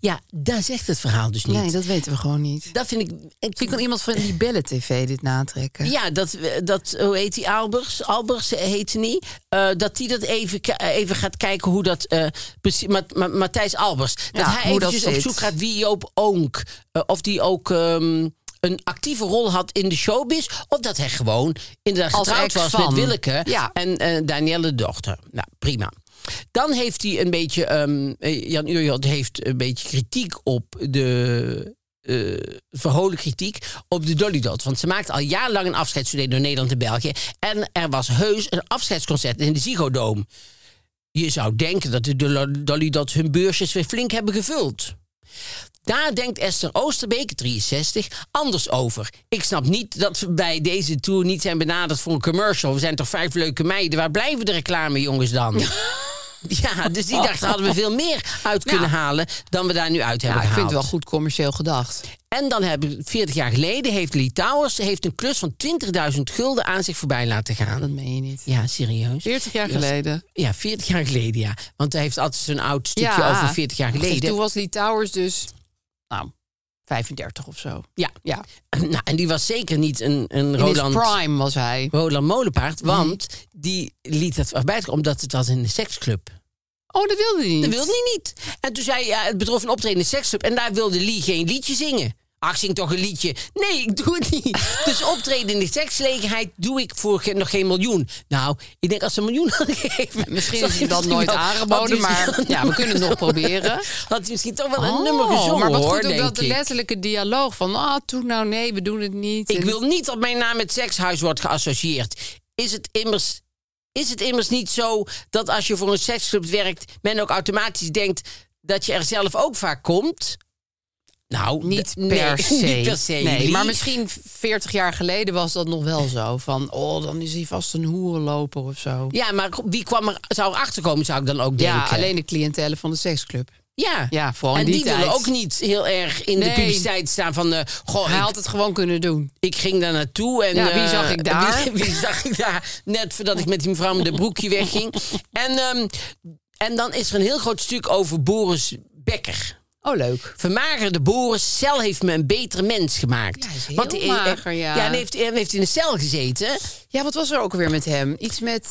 C: Ja, daar zegt het verhaal dus niet.
D: Nee, dat weten we gewoon niet.
C: Dat vind ik.
D: Ik kan iemand van die Bellen TV dit natrekken.
C: Ja, dat, eh, dat hoe heet die Albers? Albers heet die niet. Eh, dat die dat even, ki- eh, even gaat kijken hoe dat. eh, precies, Ma- Ma- Matthijs Albers. Dat
D: Ja,
C: hij
D: hoe dat
C: eventjes op
D: zit.
C: zoek gaat wie Joop Oonk. eh, of die ook. ehm, een actieve rol had in de showbiz. Of dat hij gewoon inderdaad
D: Als
C: getrouwd
D: ex
C: was
D: van.
C: met Willeke.
D: Ja.
C: En eh Danielle de dochter. Nou, prima. Dan heeft hij een beetje... ehm, eh, Jan Uriot heeft een beetje kritiek op de... eh verholen kritiek op de Dolly Dood. Want ze maakte al jarenlang een afscheidsstudie door Nederland en België. En er was heus een afscheidsconcert in de Ziggo Dome. Je zou denken dat de Dol- Dolly Dood hun beursjes weer flink hebben gevuld. Daar denkt Esther Oosterbeek, 63, anders over. Ik snap niet dat we bij deze tour niet zijn benaderd voor een commercial. We zijn toch vijf leuke meiden. Waar blijven de reclame jongens dan? ja, dus die dacht, hadden we veel meer uit kunnen halen dan we daar nu uit
D: Ja,
C: hebben
D: ik vind het
C: gehaald.
D: wel goed commercieel gedacht.
C: En dan hebben 40 jaar geleden heeft Litouwers heeft een klus van 20.000 gulden aan zich voorbij laten gaan.
D: Dat meen je niet.
C: Ja, serieus.
D: 40 jaar
C: Ja,
D: geleden.
C: Ja, 40 jaar geleden, ja. Want hij heeft altijd zo'n oud stukje over 40 jaar
D: Wacht even,
C: geleden.
D: Dus Toen was Lee Towers dus nou, 35 of zo.
C: Ja.
D: Ja.
C: Nou, en die was zeker niet een, een
D: In his
C: Roland,
D: prime was hij.
C: Roland Molenpaard, want die liet dat voorbij komen omdat het was in een seksclub.
D: Oh, dat wilde hij niet.
C: Dat wilde hij niet. En toen zei ja, het betrof een optreden in een seksclub en daar wilde Lee geen liedje zingen. Ach, zing toch een liedje. Nee, ik doe het niet. Dus optreden in de seksgelegenheid doe ik voor geen- nog geen miljoen. Nou, ik denk als ze een miljoen hadden gegeven...
D: Misschien
C: zou
D: is hij
C: hij
D: dan
C: misschien
D: nooit
C: wel- had hij
D: aangeboden, maar
C: misschien-
D: ja, we kunnen het nog proberen.
C: Had hij misschien toch wel een
D: Oh,
C: nummer gezongen,
D: Maar wat
C: hoor,
D: goed ook
C: denk
D: dat de
C: ik.
D: letterlijke dialoog van... Ah, toen nou nee, we doen het niet.
C: Ik
D: En-
C: wil niet dat mijn naam met sekshuis wordt geassocieerd. Is het immers, is het immers niet zo dat als je voor een seksclub werkt, men ook automatisch denkt dat je er zelf ook vaak komt? Nou,
D: Niet
C: d-
D: per,
C: nee,
D: se.
C: Niet per se.
D: Nee,
C: Lee.
D: maar misschien 40 jaar geleden was dat nog wel zo. Van, oh, dan is hij vast een hoerenloper of zo.
C: Ja, maar wie kwam er, zou er achterkomen, zou ik dan ook denken.
D: Ja, alleen de cliëntelen van de seksclub.
C: Ja,
D: Ja, vooral in
C: en
D: die
C: die willen
D: tijd.
C: ook niet heel erg in de
D: Nee.
C: publiciteit staan van... eh goh,
D: Hij
C: ik-
D: had het gewoon kunnen doen.
C: ik ging daar naartoe en...
D: Ja, wie
C: eh,
D: zag ik daar?
C: Wie, wie zag ik daar? Net voordat ik met die mevrouw met de broekje wegging. En, ehm, en dan is er een heel groot stuk over Boris Becker.
D: Oh, leuk.
C: Vermagerde Boris, cel heeft me een beter mens gemaakt.
D: Ja, hij is heel
C: Want hij- eh,
D: mager, ja.
C: en heeft, en heeft in de cel gezeten.
D: Ja, wat was er ook weer met hem? Iets met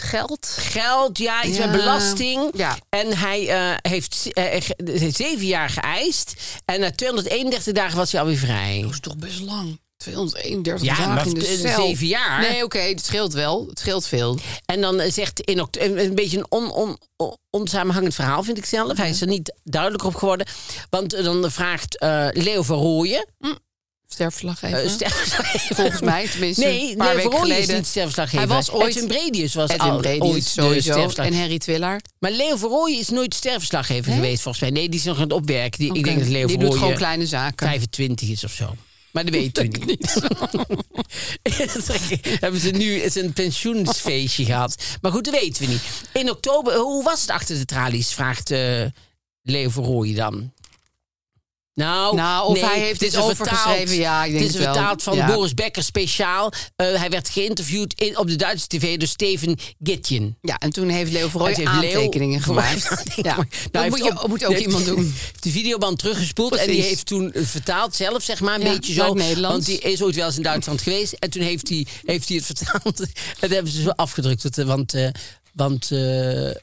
D: geld?
C: Geld, ja, iets
D: Ja.
C: met belasting.
D: Ja.
C: En hij eh, heeft ze- eh, ge- eh, zeven jaar geëist. En na 231 dagen was hij alweer vrij.
D: Dat is toch best lang. 231
C: Ja,
D: dagen
C: maar
D: in de
C: eh,
D: cel.
C: zeven jaar.
D: Nee, oké, het scheelt wel. Het scheelt veel.
C: En dan eh, zegt in oktober, een beetje een on, on, on- onsamenhangend verhaal vind ik zelf. Hij is er niet duidelijk op geworden. Want eh, dan vraagt eh, Leo van Rooyen.
D: Sterfverslaggever.
C: eh, ster-
D: Mhm. Volgens mij tenminste.
C: Nee,
D: een paar
C: Leo van
D: weken
C: Rooyen is
D: geleden.
C: niet sterfslaggever.
D: Hij was ooit-
C: Edwin Bredius was
D: Edwin
C: al-
D: Bredius
C: ooit de
D: sowieso.
C: sterfslag-
D: En Harry Twillaar.
C: Maar Leo van Rooyen is nooit sterfslaggever geweest volgens mij. Nee, die is nog aan het opwerken. Die, Ik
D: Oké.
C: denk dat Leo
D: Die
C: van
D: doet gewoon
C: Rooyen
D: kleine zaken.
C: 25 is of zo. Maar dat weet u niet. Hebben ze nu eens een pensioensfeestje gehad. Maar goed, dat weten we niet. In oktober, hoe was het achter de tralies? Vraagt eh Leo Verrooy dan. Nou,
D: Nou, of
C: nee,
D: hij
C: het
D: heeft
C: is
D: het overgeschreven. Ja, ik denk
C: het is
D: het wel.
C: vertaald van
D: Ja.
C: Boris Becker speciaal. Eh, hij werd geïnterviewd in, op de Duitse tv door Steven Gitjen.
D: Ja, en toen heeft Leo Verrooy
C: Het heeft Leo-
D: aantekeningen gemaakt.
C: Aantekeningen.
D: Ja.
C: Nou,
D: dat
C: hij
D: moet,
C: heeft
D: je, moet ook
C: heeft-
D: iemand doen.
C: heeft De videoband teruggespoeld en die
D: Precies.
C: heeft toen eh, vertaald zelf, zeg maar, een
D: Ja,
C: beetje
D: naar
C: zo.
D: het Nederlands.
C: Want die is ooit wel eens in Duitsland geweest en toen heeft hij heeft hij het vertaald. En dat hebben ze zo afgedrukt, want, eh, want... eh, want eh, ehm,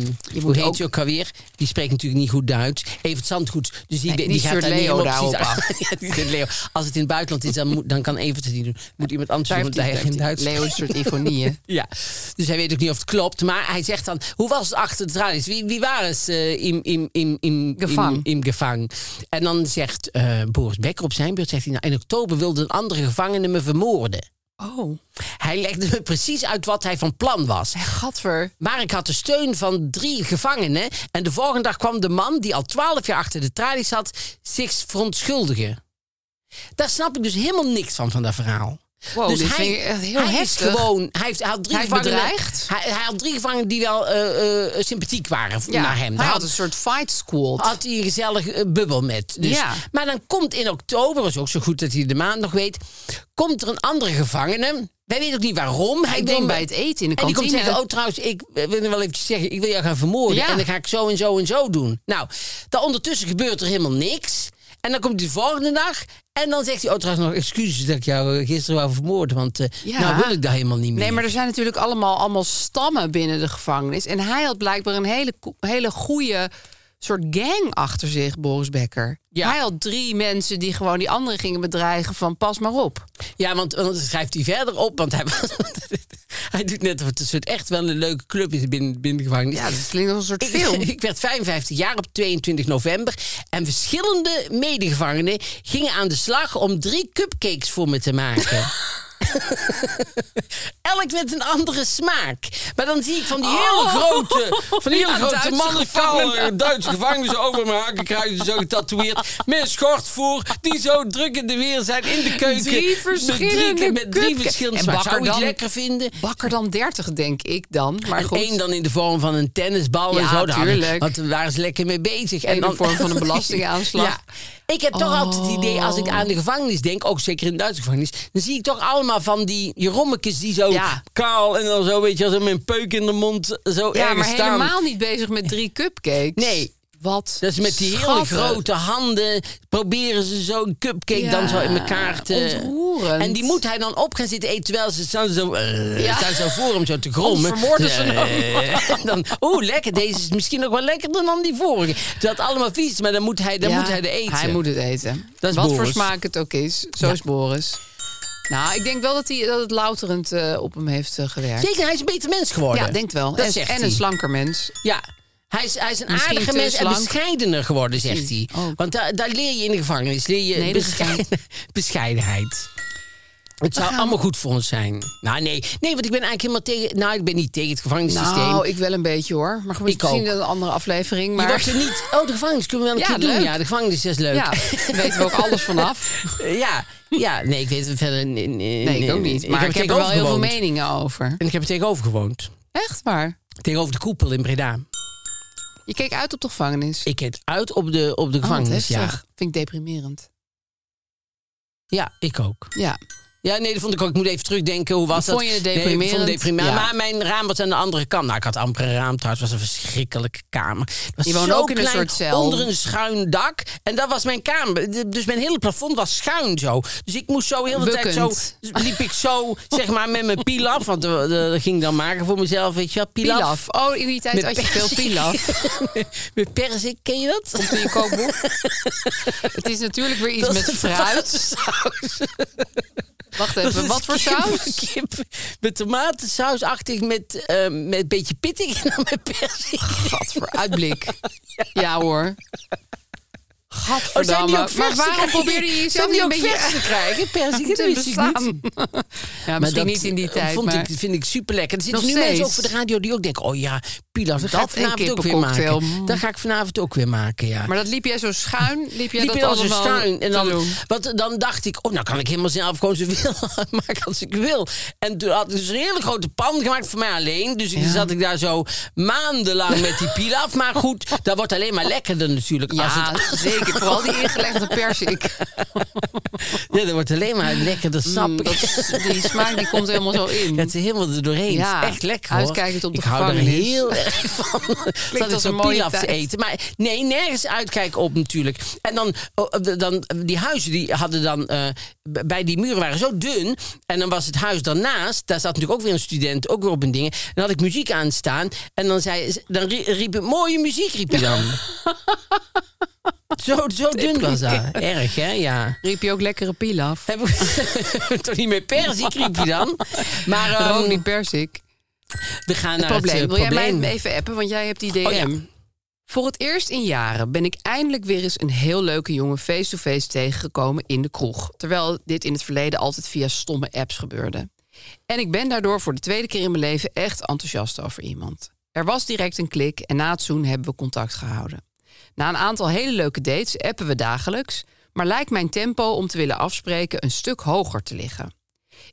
C: hoe
D: moet
C: heet
D: ook-
C: je ook alweer? Die spreekt natuurlijk niet goed Duits. Evert Zandgoed. Dus die,
D: Nee,
C: die
D: niet
C: gaat
D: Sir
C: daar
D: Leo
C: niet helemaal
D: daarop
C: precies aan. Ja, die Sir Leo. Als het in het buitenland is, dan, moet, dan kan Evert het niet doen. Moet iemand anders doen,
D: Daar
C: want
D: heeft
C: hij
D: hij-
C: geen Duits
D: Leo is een soort iconieën.
C: ja, dus hij weet ook niet of het klopt. Maar hij zegt dan, hoe was het achter de tralies? Wie, wie waren ze eh, in, in, in, in,
D: Gevang.
C: in, in gevang? En dan zegt eh, Boris Becker op zijn beurt, zegt hij, nou, in oktober wilde een andere gevangene me vermoorden.
D: Oh,
C: Hij legde me precies uit wat hij van plan was.
D: gadver.
C: Maar ik had de steun van drie gevangenen. En de volgende dag kwam de man die al twaalf jaar achter de tralies zat, zich verontschuldigen. Daar snap ik dus helemaal niks van, van dat verhaal.
D: Wow,
C: dus
D: dit
C: hij,
D: vind ik echt heel
C: hij is
D: heftig.
C: gewoon, hij, heeft, hij had drie
D: Hij is
C: gevangenen.
D: bedreigd.
C: Hij, hij had drie gevangenen die wel eh, eh, sympathiek waren
D: Ja,
C: naar hem.
D: Hij
C: Daar
D: Nou, had een soort fight squad.
C: had hij een gezellig eh, bubbel met. Dus,
D: Ja.
C: Maar dan komt in oktober, is ook zo goed dat hij de maand nog weet, komt er een andere gevangene. Wij weten ook niet waarom. Hij
D: ik
C: wil
D: denk
C: me-
D: bij het eten in de
C: en die komt
D: kantine.
C: zeggen, oh trouwens, ik eh, wil nog wel even zeggen, ik wil jou gaan vermoorden.
D: Ja.
C: En dan ga ik zo en zo en zo doen. Nou, dan ondertussen gebeurt er helemaal niks. En dan komt hij de volgende dag en dan zegt hij, oh trouwens nog excuses dat ik jou eh, gisteren wou vermoorden. Want eh,
D: Ja.
C: nou wil ik dat helemaal niet meer.
D: Nee, maar er zijn natuurlijk allemaal, allemaal stammen binnen de gevangenis. En hij had blijkbaar een hele, ko- hele goede soort gang achter zich, Boris Becker.
C: Ja.
D: Hij had drie mensen die gewoon die anderen gingen bedreigen van pas maar op.
C: Ja, want want dat schrijft hij verder op. Want hij, hij doet net of het een soort echt wel een leuke club is binnen, binnen de gevangenis.
D: Ja, dat klinkt als een soort
C: Ik-
D: film.
C: Ik, werd 55 jaar op 22 november. En verschillende medegevangenen gingen aan de slag om drie cupcakes voor me te maken. Elk met een andere smaak. Maar dan zie ik van die hele
D: Oh.
C: grote, van die hele
D: Ja,
C: grote
D: Duitse
C: mannen,
D: gevangenen.
C: koude Duitse gevangenen over mijn hakken kruiden zo getatoeëerd. Met een schort voor, die zo druk in de weer zijn in de keuken.
D: Drie
C: Met
D: verschillende
C: met drie
D: cupcake-
C: verschillende
D: En
C: smaak.
D: bakker
C: Zou je het
D: dan-
C: lekker vinden?
D: Bakker dan 30, denk ik dan. Maar
C: en
D: goed,
C: één dan in de vorm van een tennisbal en
D: Ja,
C: zo. nou, Daar-
D: tuurlijk.
C: Want we waren ze lekker mee bezig.
D: Eén in de vorm van een belastingaanslag.
C: Ja. Ik heb toch
D: Oh.
C: altijd het idee, als ik aan de gevangenis denk... ook zeker in de Duitse gevangenis... dan zie ik toch allemaal van die jerommekes die zo
D: Ja.
C: kaal... en dan zo, weet je, als met een peuk in de mond zo
D: ja,
C: ergens
D: maar
C: staan.
D: helemaal niet bezig met drie cupcakes.
C: Nee.
D: Wat
C: Dat is met die hele
D: schattig.
C: grote handen. Proberen ze zo'n cupcake
D: Ja,
C: dan zo in elkaar te...
D: ontroerend.
C: En die moet hij dan op gaan zitten eten. Terwijl ze staan zo, eh,
D: Ja.
C: staan zo voor hem zo te grommen.
D: Anders vermoorden ze
C: Eh, dan, Oeh, lekker. Deze is misschien nog wel lekkerder dan die vorige. Dat allemaal vies is, maar dan moet hij, dan
D: Ja,
C: moet hij de eten.
D: Hij moet het eten.
C: Dat is
D: Wat voor
C: Boris.
D: smaak het ook is. Zo is Boris. Nou, ik denk wel dat, hij, dat het louterend eh, op hem heeft eh, gewerkt.
C: Zeker, hij is een beter mens geworden.
D: Ja, denkt wel.
C: Dat
D: en
C: zegt
D: en
C: hij.
D: een slanker mens.
C: Ja. Hij is, hij is een
D: Misschien
C: aardige
D: te
C: mens en
D: slank.
C: bescheidener geworden, zegt hij.
D: Ook.
C: Want daar daar leer je in de gevangenis. Leer je
D: Nee, dat is
C: bescheiden- bescheidenheid. Het zou
D: gaan-
C: allemaal goed voor ons zijn. Nou, nee. Nee, want ik ben eigenlijk helemaal tegen... Nou, ik ben niet tegen het gevangenissysteem.
D: Nou, ik wel een beetje hoor. Maar goed,
C: Ik
D: misschien
C: ook.
D: in een andere aflevering.
C: Je
D: Maar
C: wordt er niet... Oh, de gevangenis kunnen we wel een
D: Ja,
C: keer doen.
D: leuk.
C: Ja, de gevangenis is leuk.
D: ja, daar weten we ook alles vanaf.
C: ja, ja. Nee, ik weet het verder... Nee,
D: Nee, ik ook niet. Maar ik heb er wel heel veel meningen over.
C: En ik heb er tegenover gewoond.
D: Echt waar.
C: Tegenover de koepel in Breda.
D: Je keek uit op de gevangenis.
C: Ik keek uit op de, op de
D: Oh, wat
C: gevangenis, ja.
D: heftig. Vind ik deprimerend.
C: Ja, ik ook.
D: Ja.
C: Ja, nee, dat vond ik ook. Ik moet even terugdenken. Hoe was
D: Vond
C: dat?
D: je het
C: Nee, ik
D: deprimerend?
C: vond het deprimerend.
D: Ja.
C: Maar mijn raam was aan de andere kant. Nou, ik had amper een raam trouwens. Het was een verschrikkelijke kamer. Het was
D: Je woonde
C: zo
D: ook in een
C: klein,
D: soort cel.
C: Onder een schuin dak. En dat was mijn kamer. De- Dus mijn hele plafond was schuin zo. Dus ik moest zo heel de tijd zo... dus
D: Bukkend.
C: Liep ik zo, zeg maar, met mijn pilaf. Want eh, eh, dat ging ik dan maken voor mezelf, weet je wel. Pilaf.
D: Pilaf. Oh, in die tijd
C: Met
D: had je
C: perzik.
D: veel pilaf.
C: Met perzik, ken je dat?
D: Komt in je kookboek. Het is natuurlijk weer iets
C: Dat
D: met
C: is een
D: fruit.
C: saus.
D: Wacht
C: Dat
D: even,
C: is
D: wat voor
C: kip-
D: saus?
C: Kip met tomatensausachtig, met, eh, met een beetje pittig en dan met perzik.
D: Wat voor uitblik. Ja hoor.
C: Oh, zijn die
D: Gadverdamme.
C: ook vers
D: maar
C: te
D: waarom
C: krijgen?
D: probeerde je jezelf
C: Zijn
D: niet
C: die
D: een
C: ook
D: beetje
C: vers te krijgen? Perzik, dat
D: te
C: wist ik niet.
D: beslaan? Ja, Nou, misschien niet in die tijd,
C: eh, vond
D: maar
C: ik, vind ik super lekker. Er zitten
D: Nog
C: nu mensen ook
D: steeds.
C: voor de radio die ook denken... oh ja, pilaf, dat ga ik
D: Dat en
C: vanavond ook weer
D: kippencocktail.
C: maken. Dat ga ik vanavond ook weer maken, ja.
D: Maar dat liep jij zo schuin, liep jij
C: Liep
D: dat
C: in onze
D: allemaal
C: tuin. En
D: te
C: dan,
D: doen?
C: wat, dan dacht ik, oh, nou kan ik helemaal zelf gewoon zoveel maken als ik wil. En toen had ik dus een hele grote pan gemaakt voor mij alleen. Dus ik
D: Ja.
C: zat ik daar zo maandenlang met die pilaf. Maar goed, dat wordt alleen maar lekkerder natuurlijk. als
D: Ja,
C: het,
D: zeker. Vooral die ingelegde persik.
C: ja, dat wordt alleen maar lekkerder, snap
D: Mm,
C: ik.
D: dat is- die smaak die komt helemaal zo in.
C: Het is helemaal er doorheen.
D: Ja,
C: het is echt lekker hoor.
D: uitkijkend op de
C: Ik hou er
D: gevangenis.
C: heel erg van. Zat ik
D: als
C: zo'n
D: een mooie
C: pilaf te
D: tijd.
C: eten. Maar nee, nergens uitkijken op natuurlijk. En dan, oh, eh, dan eh, die huizen die hadden dan... eh, b- bij die muren waren zo dun. En dan was het huis daarnaast. Daar zat natuurlijk ook weer een student. Ook weer op een ding. En dan had ik muziek aan staan. En dan, zei, ze- dan rie- riep het... Mooie muziek riep je dan. zo, zo dun was dat. Erg hè, ja.
D: Riep je ook lekkere pilaf?
C: Heb ik toch niet meer perzik riep je dan? Maar ehm,
D: Rook die persik.
C: we gaan
D: Het
C: naar
D: probleem.
C: het eh,
D: Wil jij
C: probleem.
D: mij even appen, want jij hebt die DM.
C: Oh, ja.
D: Voor het eerst in jaren ben ik eindelijk weer eens een heel leuke jongen face-to-face tegengekomen in de kroeg. Terwijl dit in het verleden altijd via stomme apps gebeurde. En ik ben daardoor voor de tweede keer in mijn leven echt enthousiast over iemand. Er was direct een klik en na het zoenen hebben we contact gehouden. Na een aantal hele leuke dates appen we dagelijks, maar lijkt mijn tempo om te willen afspreken een stuk hoger te liggen.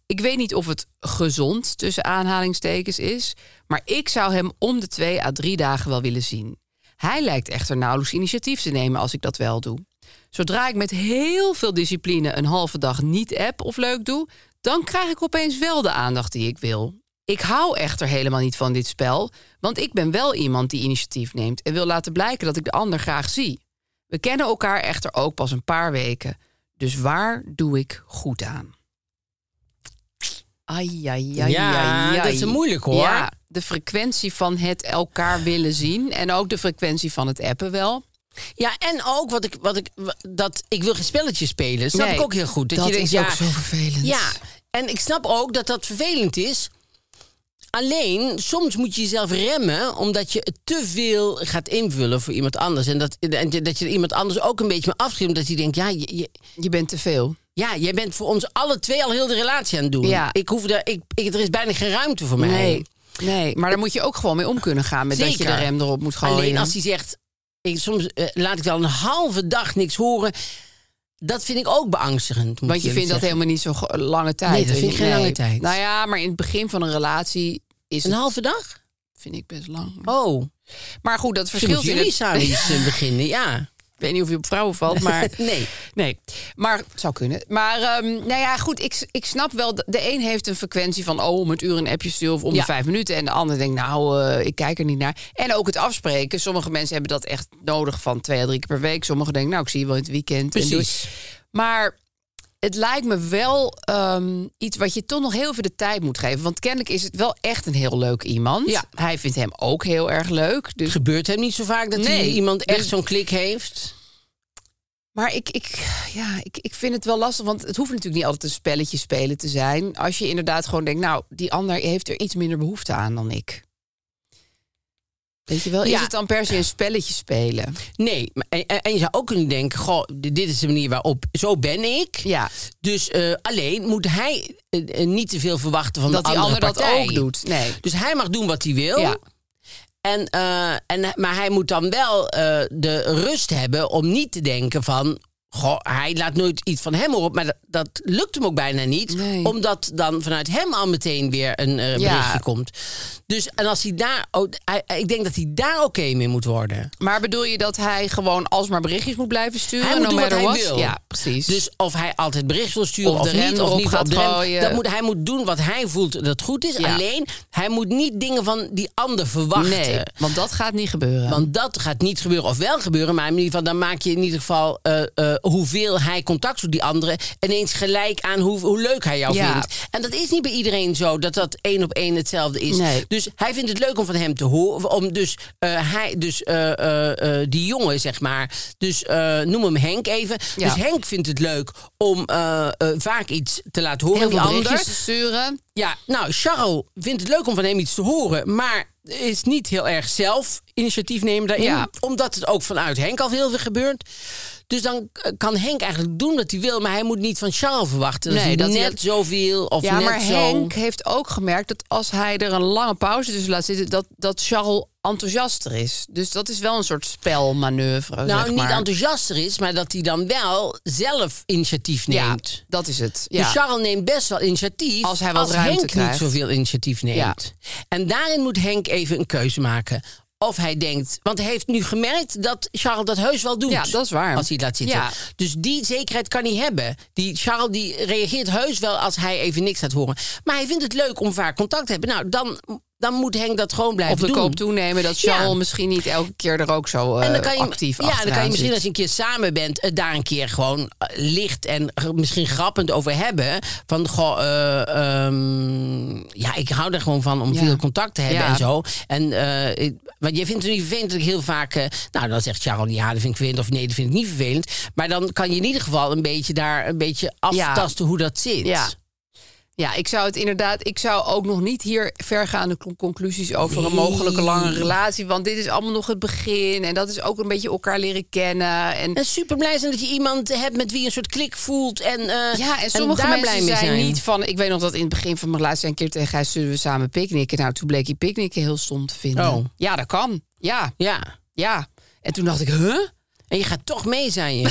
D: Ik weet niet of het gezond tussen aanhalingstekens is, maar ik zou hem om de twee à drie dagen wel willen zien. Hij lijkt echter nauwelijks initiatief te nemen als ik dat wel doe. Zodra ik met heel veel discipline een halve dag niet app of leuk doe, dan krijg ik opeens wel de aandacht die ik wil. Ik hou echter helemaal niet van dit spel, want ik ben wel iemand die initiatief neemt en wil laten blijken dat ik de ander graag zie. We kennen elkaar echter ook pas een paar weken, dus waar doe ik goed aan? Ai, ai, ai,
C: Ja,
D: ai, ai.
C: dat is moeilijk, hoor.
D: Ja, de frequentie van het elkaar willen zien en ook de frequentie van het appen wel.
C: Ja, en ook wat ik, wat ik, wa- dat ik wil geen spelletje spelen. Snap
D: Nee,
C: ik ook heel goed. Dat,
D: dat
C: je denkt,
D: is
C: ja,
D: ook zo vervelend.
C: Ja, en ik snap ook dat dat vervelend is. Alleen, soms moet je jezelf remmen omdat je het te veel gaat invullen voor iemand anders. En dat, en dat je er iemand anders ook een beetje mee afschiet. Omdat hij denkt, ja, je, je-
D: Je bent te veel.
C: ja, jij bent voor ons alle twee al heel de relatie aan het doen.
D: Ja.
C: Ik hoef daar, ik, ik, er is bijna geen ruimte voor mij.
D: Nee. Nee, maar daar moet je ook gewoon mee om kunnen gaan. Met dat je de
C: Zeker.
D: rem erop moet gooien.
C: Alleen als hij zegt, ik, soms eh, laat ik wel een halve dag niks horen. Dat vind ik ook beangstigend. moet
D: Want je
C: ik
D: vindt
C: eerlijk
D: dat helemaal niet zo ge- lange tijd.
C: Nee, dat vind ik geen
D: Nee.
C: lange tijd. Nou.
D: Nou ja, maar in het begin van een relatie is
C: zeggen.
D: het,
C: Een halve dag?
D: vind ik best lang.
C: Oh,
D: Maar goed, dat verschilt
C: misschien moeten
D: in
C: jullie
D: het-
C: samen iets eh, beginnen, ja.
D: Ik weet niet of je op vrouwen valt, maar...
C: Nee.
D: Nee, maar het zou kunnen. Maar ehm, nou ja, goed, ik, ik snap wel. dat De een heeft een frequentie van oh, om het uur een appje sturen of om
C: Ja.
D: de vijf minuten. En de ander denkt, nou, eh, ik kijk er niet naar. En ook het afspreken. Sommige mensen hebben dat echt nodig van twee à drie keer per week. Sommigen denken, nou, ik zie je wel in het weekend. En doei.
C: Precies.
D: Maar het lijkt me wel ehm, iets wat je toch nog heel veel de tijd moet geven. Want kennelijk is het wel echt een heel leuk iemand.
C: Ja.
D: Hij vindt hem ook heel erg leuk. Dus
C: Het gebeurt hem niet zo vaak dat
D: Nee.
C: hij iemand echt
D: Dus-
C: zo'n klik heeft.
D: Maar ik, ik, ja, ik, ik vind het wel lastig, want het hoeft natuurlijk niet altijd een spelletje spelen te zijn. Als je inderdaad gewoon denkt, nou, die ander heeft er iets minder behoefte aan dan ik. Weet je wel, is
C: Ja.
D: het dan per se een spelletje spelen?
C: Nee, maar- en, en- en je zou ook kunnen denken, goh, di- dit is de manier waarop, zo ben ik.
D: Ja,
C: Dus eh, alleen moet hij eh, eh, niet te veel verwachten van
D: dat
C: de
D: die
C: andere
D: ander dat
C: partij.
D: ook doet. Nee.
C: Dus hij mag doen wat hij wil.
D: Ja.
C: En, eh, en, maar hij moet dan wel eh, de rust hebben om niet te denken van... Goh, hij laat nooit iets van hem op, maar dat, dat lukt hem ook bijna niet.
D: Nee.
C: Omdat dan vanuit hem al meteen weer een eh,
D: Ja.
C: berichtje komt. Dus en als hij daar, oh, hij- hij- ik denk dat hij daar oké mee moet worden.
D: Maar bedoel je dat hij gewoon alsmaar berichtjes moet blijven sturen?
C: Hij moet
D: no
C: doen wat
D: matter
C: hij
D: what?
C: wil.
D: Ja, precies.
C: Dus of hij altijd bericht wil sturen
D: Of
C: of,
D: de rem
C: niet, of
D: erop
C: niet
D: gaat
C: op de rem.
D: gooien.
C: Dat moet, hij moet doen wat hij voelt dat het goed is.
D: Ja.
C: Alleen, hij moet niet dingen van die ander verwachten.
D: nee, want dat gaat niet gebeuren.
C: Want dat gaat niet gebeuren, of wel gebeuren. Maar in ieder geval, dan maak je in ieder geval eh, eh, hoeveel hij contact zoekt, die anderen. ineens gelijk aan hoe, hoe leuk hij jou
D: Ja.
C: vindt. En dat is niet bij iedereen zo dat dat één op één hetzelfde is.
D: Nee.
C: Dus hij vindt het leuk om van hem te horen. Om dus, eh, hij, dus eh, eh, eh, die jongen, zeg maar. Dus eh, noem hem Henk even.
D: Ja.
C: Dus Henk vindt het leuk om eh, eh, vaak iets te laten horen
D: Heel
C: aan
D: veel
C: die
D: berichtjes
C: ander.
D: te sturen.
C: Ja, nou, Charles vindt het leuk om van hem iets te horen, maar is niet heel erg zelf initiatief nemen daarin.
D: Ja.
C: Omdat het ook vanuit Henk al heel veel gebeurt. Dus dan eh, kan Henk eigenlijk doen wat hij wil, maar hij moet niet van Charles verwachten.
D: Nee,
C: dat,
D: dat
C: hij
D: hij
C: net
D: dat-
C: zoveel of
D: Ja,
C: net
D: maar
C: zo.
D: Henk heeft ook gemerkt dat als hij er een lange pauze tussen laat zitten, dat, dat Charles enthousiaster is. Dus dat is wel een soort spelmanoeuvre.
C: nou,
D: zeg
C: niet
D: maar.
C: enthousiaster is, maar dat hij dan wel zelf initiatief
D: Ja,
C: neemt.
D: dat is het.
C: Dus
D: Ja.
C: Charles neemt best wel initiatief.
D: Als hij wat ruimte
C: Henk
D: krijgt.
C: niet zoveel initiatief neemt.
D: Ja.
C: En daarin moet Henk even een keuze maken. Of hij denkt, want hij heeft nu gemerkt dat Charles dat heus wel doet.
D: Ja, dat is waar.
C: Als hij het laat zitten.
D: Ja.
C: Dus die zekerheid kan hij hebben. Die Charles die reageert heus wel als hij even niks laat horen. Maar hij vindt het leuk om vaak contact te hebben. Nou, dan, dan moet Henk dat gewoon blijven
D: Of de
C: doen.
D: koop toenemen dat Charles
C: Ja.
D: misschien niet elke keer er ook zo eh,
C: En dan kan je,
D: actief
C: ja, dan kan je
D: achteraan
C: misschien
D: zit.
C: als je een keer samen bent, het daar een keer gewoon eh, licht en g- misschien grappend over hebben. Van goh, eh, ehm, ja, ik hou er gewoon van om
D: Ja.
C: veel contact te hebben
D: Ja.
C: en zo. En eh, ik- want je vindt het niet vervelend dat ik heel vaak, eh, nou dan zegt Charles ja, dat vind ik vervelend of nee, dat vind ik niet vervelend. Maar dan kan je in ieder geval een beetje daar een beetje aftasten hoe dat zit.
D: Ja. Ja, ik zou het inderdaad. Ik zou ook nog niet hier vergaande con- conclusies over een mogelijke lange relatie. Want dit is allemaal nog het begin. En dat is ook een beetje elkaar leren kennen. En
C: En super blij zijn dat je iemand hebt met wie je een soort klik voelt. En, eh,
D: Ja, en sommige
C: daar blij
D: mensen
C: mee
D: zijn, niet van... Ik weet nog dat in het begin van mijn relatie een keer tegen Gijs... zullen we samen picknicken? Nou, toen bleek hij picknicken heel stom te vinden.
C: Oh.
D: Ja, dat kan. Ja,
C: Ja.
D: ja. En toen dacht ik, huh?
C: En je gaat toch mee, zijn je.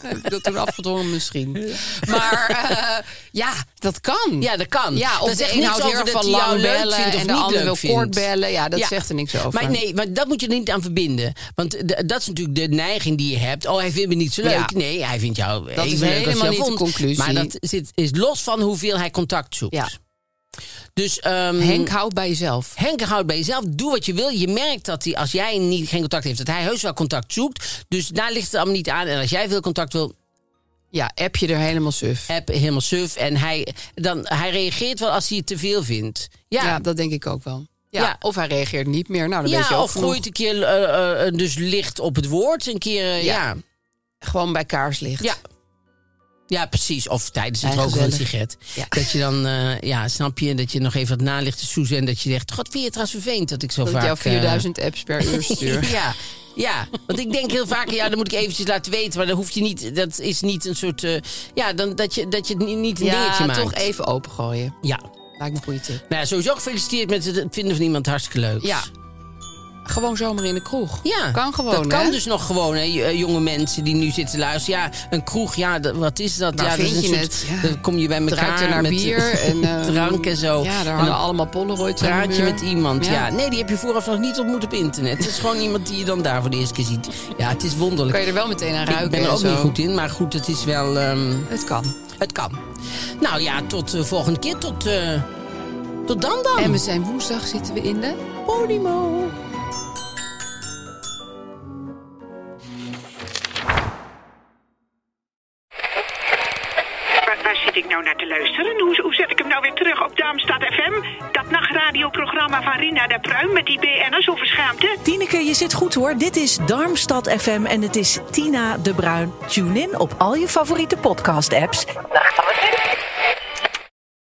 D: Heb ik dat toen afgedwongen misschien. Maar eh, ja, dat kan.
C: Ja, dat kan.
D: Ja, of
C: dat
D: de
C: zegt
D: een
C: niks
D: houdt heel
C: over
D: erg
C: dat
D: van
C: hij jou
D: lang
C: leuk
D: bellen
C: vindt of
D: en de
C: niet
D: ander wil
C: leuk vindt.
D: kort bellen. Ja, dat
C: Ja.
D: zegt er niks over.
C: Maar nee, maar dat moet je er niet aan verbinden. Want d- dat is natuurlijk de neiging die je hebt. Oh, hij vindt me niet zo leuk.
D: Ja.
C: Nee, hij vindt jou
D: Dat is
C: even leuk als
D: helemaal
C: jou
D: niet de
C: vond.
D: conclusie.
C: Maar dat zit, is los van hoeveel hij contact zoekt.
D: Ja.
C: Dus ehm,
D: Henk, houd bij jezelf.
C: Henk houdt bij jezelf. Doe wat je wil. Je merkt dat hij, als jij niet, geen contact heeft, dat hij heus wel contact zoekt. Dus daar ligt het allemaal niet aan. En als jij veel contact wil,
D: Ja, app je er helemaal suf.
C: app helemaal suf. En hij, dan, hij reageert wel als hij het te veel vindt.
D: Ja.
C: Ja,
D: dat denk ik ook wel. Ja,
C: Ja.
D: Of hij reageert niet meer. Nou, dan weet je
C: ja
D: ook
C: of
D: genoeg.
C: groeit een keer eh, eh, dus licht op het woord. Een keer, eh,
D: Ja.
C: ja.
D: Gewoon bij kaarslicht.
C: Ja. Ja, precies. Of tijdens het
D: Ja,
C: roken van een
D: gezellig.
C: sigaret.
D: Ja.
C: Dat je dan, eh, ja, snap je, dat je nog even wat nalicht te soezen. En dat je zegt, god, vind je het trouwens vervelend dat ik zo
D: Dat ik
C: vaak...
D: jou
C: eh,
D: 4000 apps per uur stuur.
C: ja, ja, want ik denk heel vaak, ja, dan moet ik eventjes laten weten. Maar dan hoef je niet, dat is niet een soort, eh, ja, dan, dat, je, dat je het niet- niet een dingetje
D: ja,
C: maakt.
D: toch even opengooien.
C: Ja,
D: Lijkt me een goede tip.
C: nou ja, sowieso gefeliciteerd met het vinden van iemand hartstikke leuk.
D: Ja. Gewoon zomaar in de kroeg.
C: Ja,
D: Kan gewoon,
C: Dat kan
D: hè?
C: dus nog gewoon, hè, j- eh, jonge mensen die nu zitten luisteren. Ja, een kroeg, ja, dat- wat is dat?
D: Waar
C: ja, dat
D: vind
C: is
D: je
C: een soort-
D: het? Ja.
C: Dan kom je bij
D: Het
C: elkaar
D: ruikt er naar
C: met
D: bier en eh,
C: drank en zo.
D: Ja, daar
C: en
D: hangen
C: dan
D: allemaal Polaroids aan de
C: praat je
D: muur.
C: met iemand. Ja. nee, die heb je vooraf nog niet ontmoet op internet. Het is gewoon iemand die je dan daar voor de eerste keer ziet. Ja, het is wonderlijk.
D: Kan je er wel meteen aan ruiken
C: Ik ben er
D: en
C: ook
D: zo.
C: niet goed in, maar goed, het is wel. ehm,
D: Het kan.
C: het kan. Nou ja, tot de volgende keer. Tot, eh, tot dan dan.
D: En we zijn woensdag zitten we in de Podimo.
E: Waar, waar zit ik nou naar te luisteren? Hoe, hoe zet ik hem nou weer terug op Darmstad FM? Dat nachtradioprogramma van Rina de Pruim met die BN'ers over schaamte?
F: Tineke, je zit goed hoor. Dit is Darmstad FM en het is Tina de Bruin. Tune in op al je favoriete podcast-apps.
G: Nachtradioprogramma.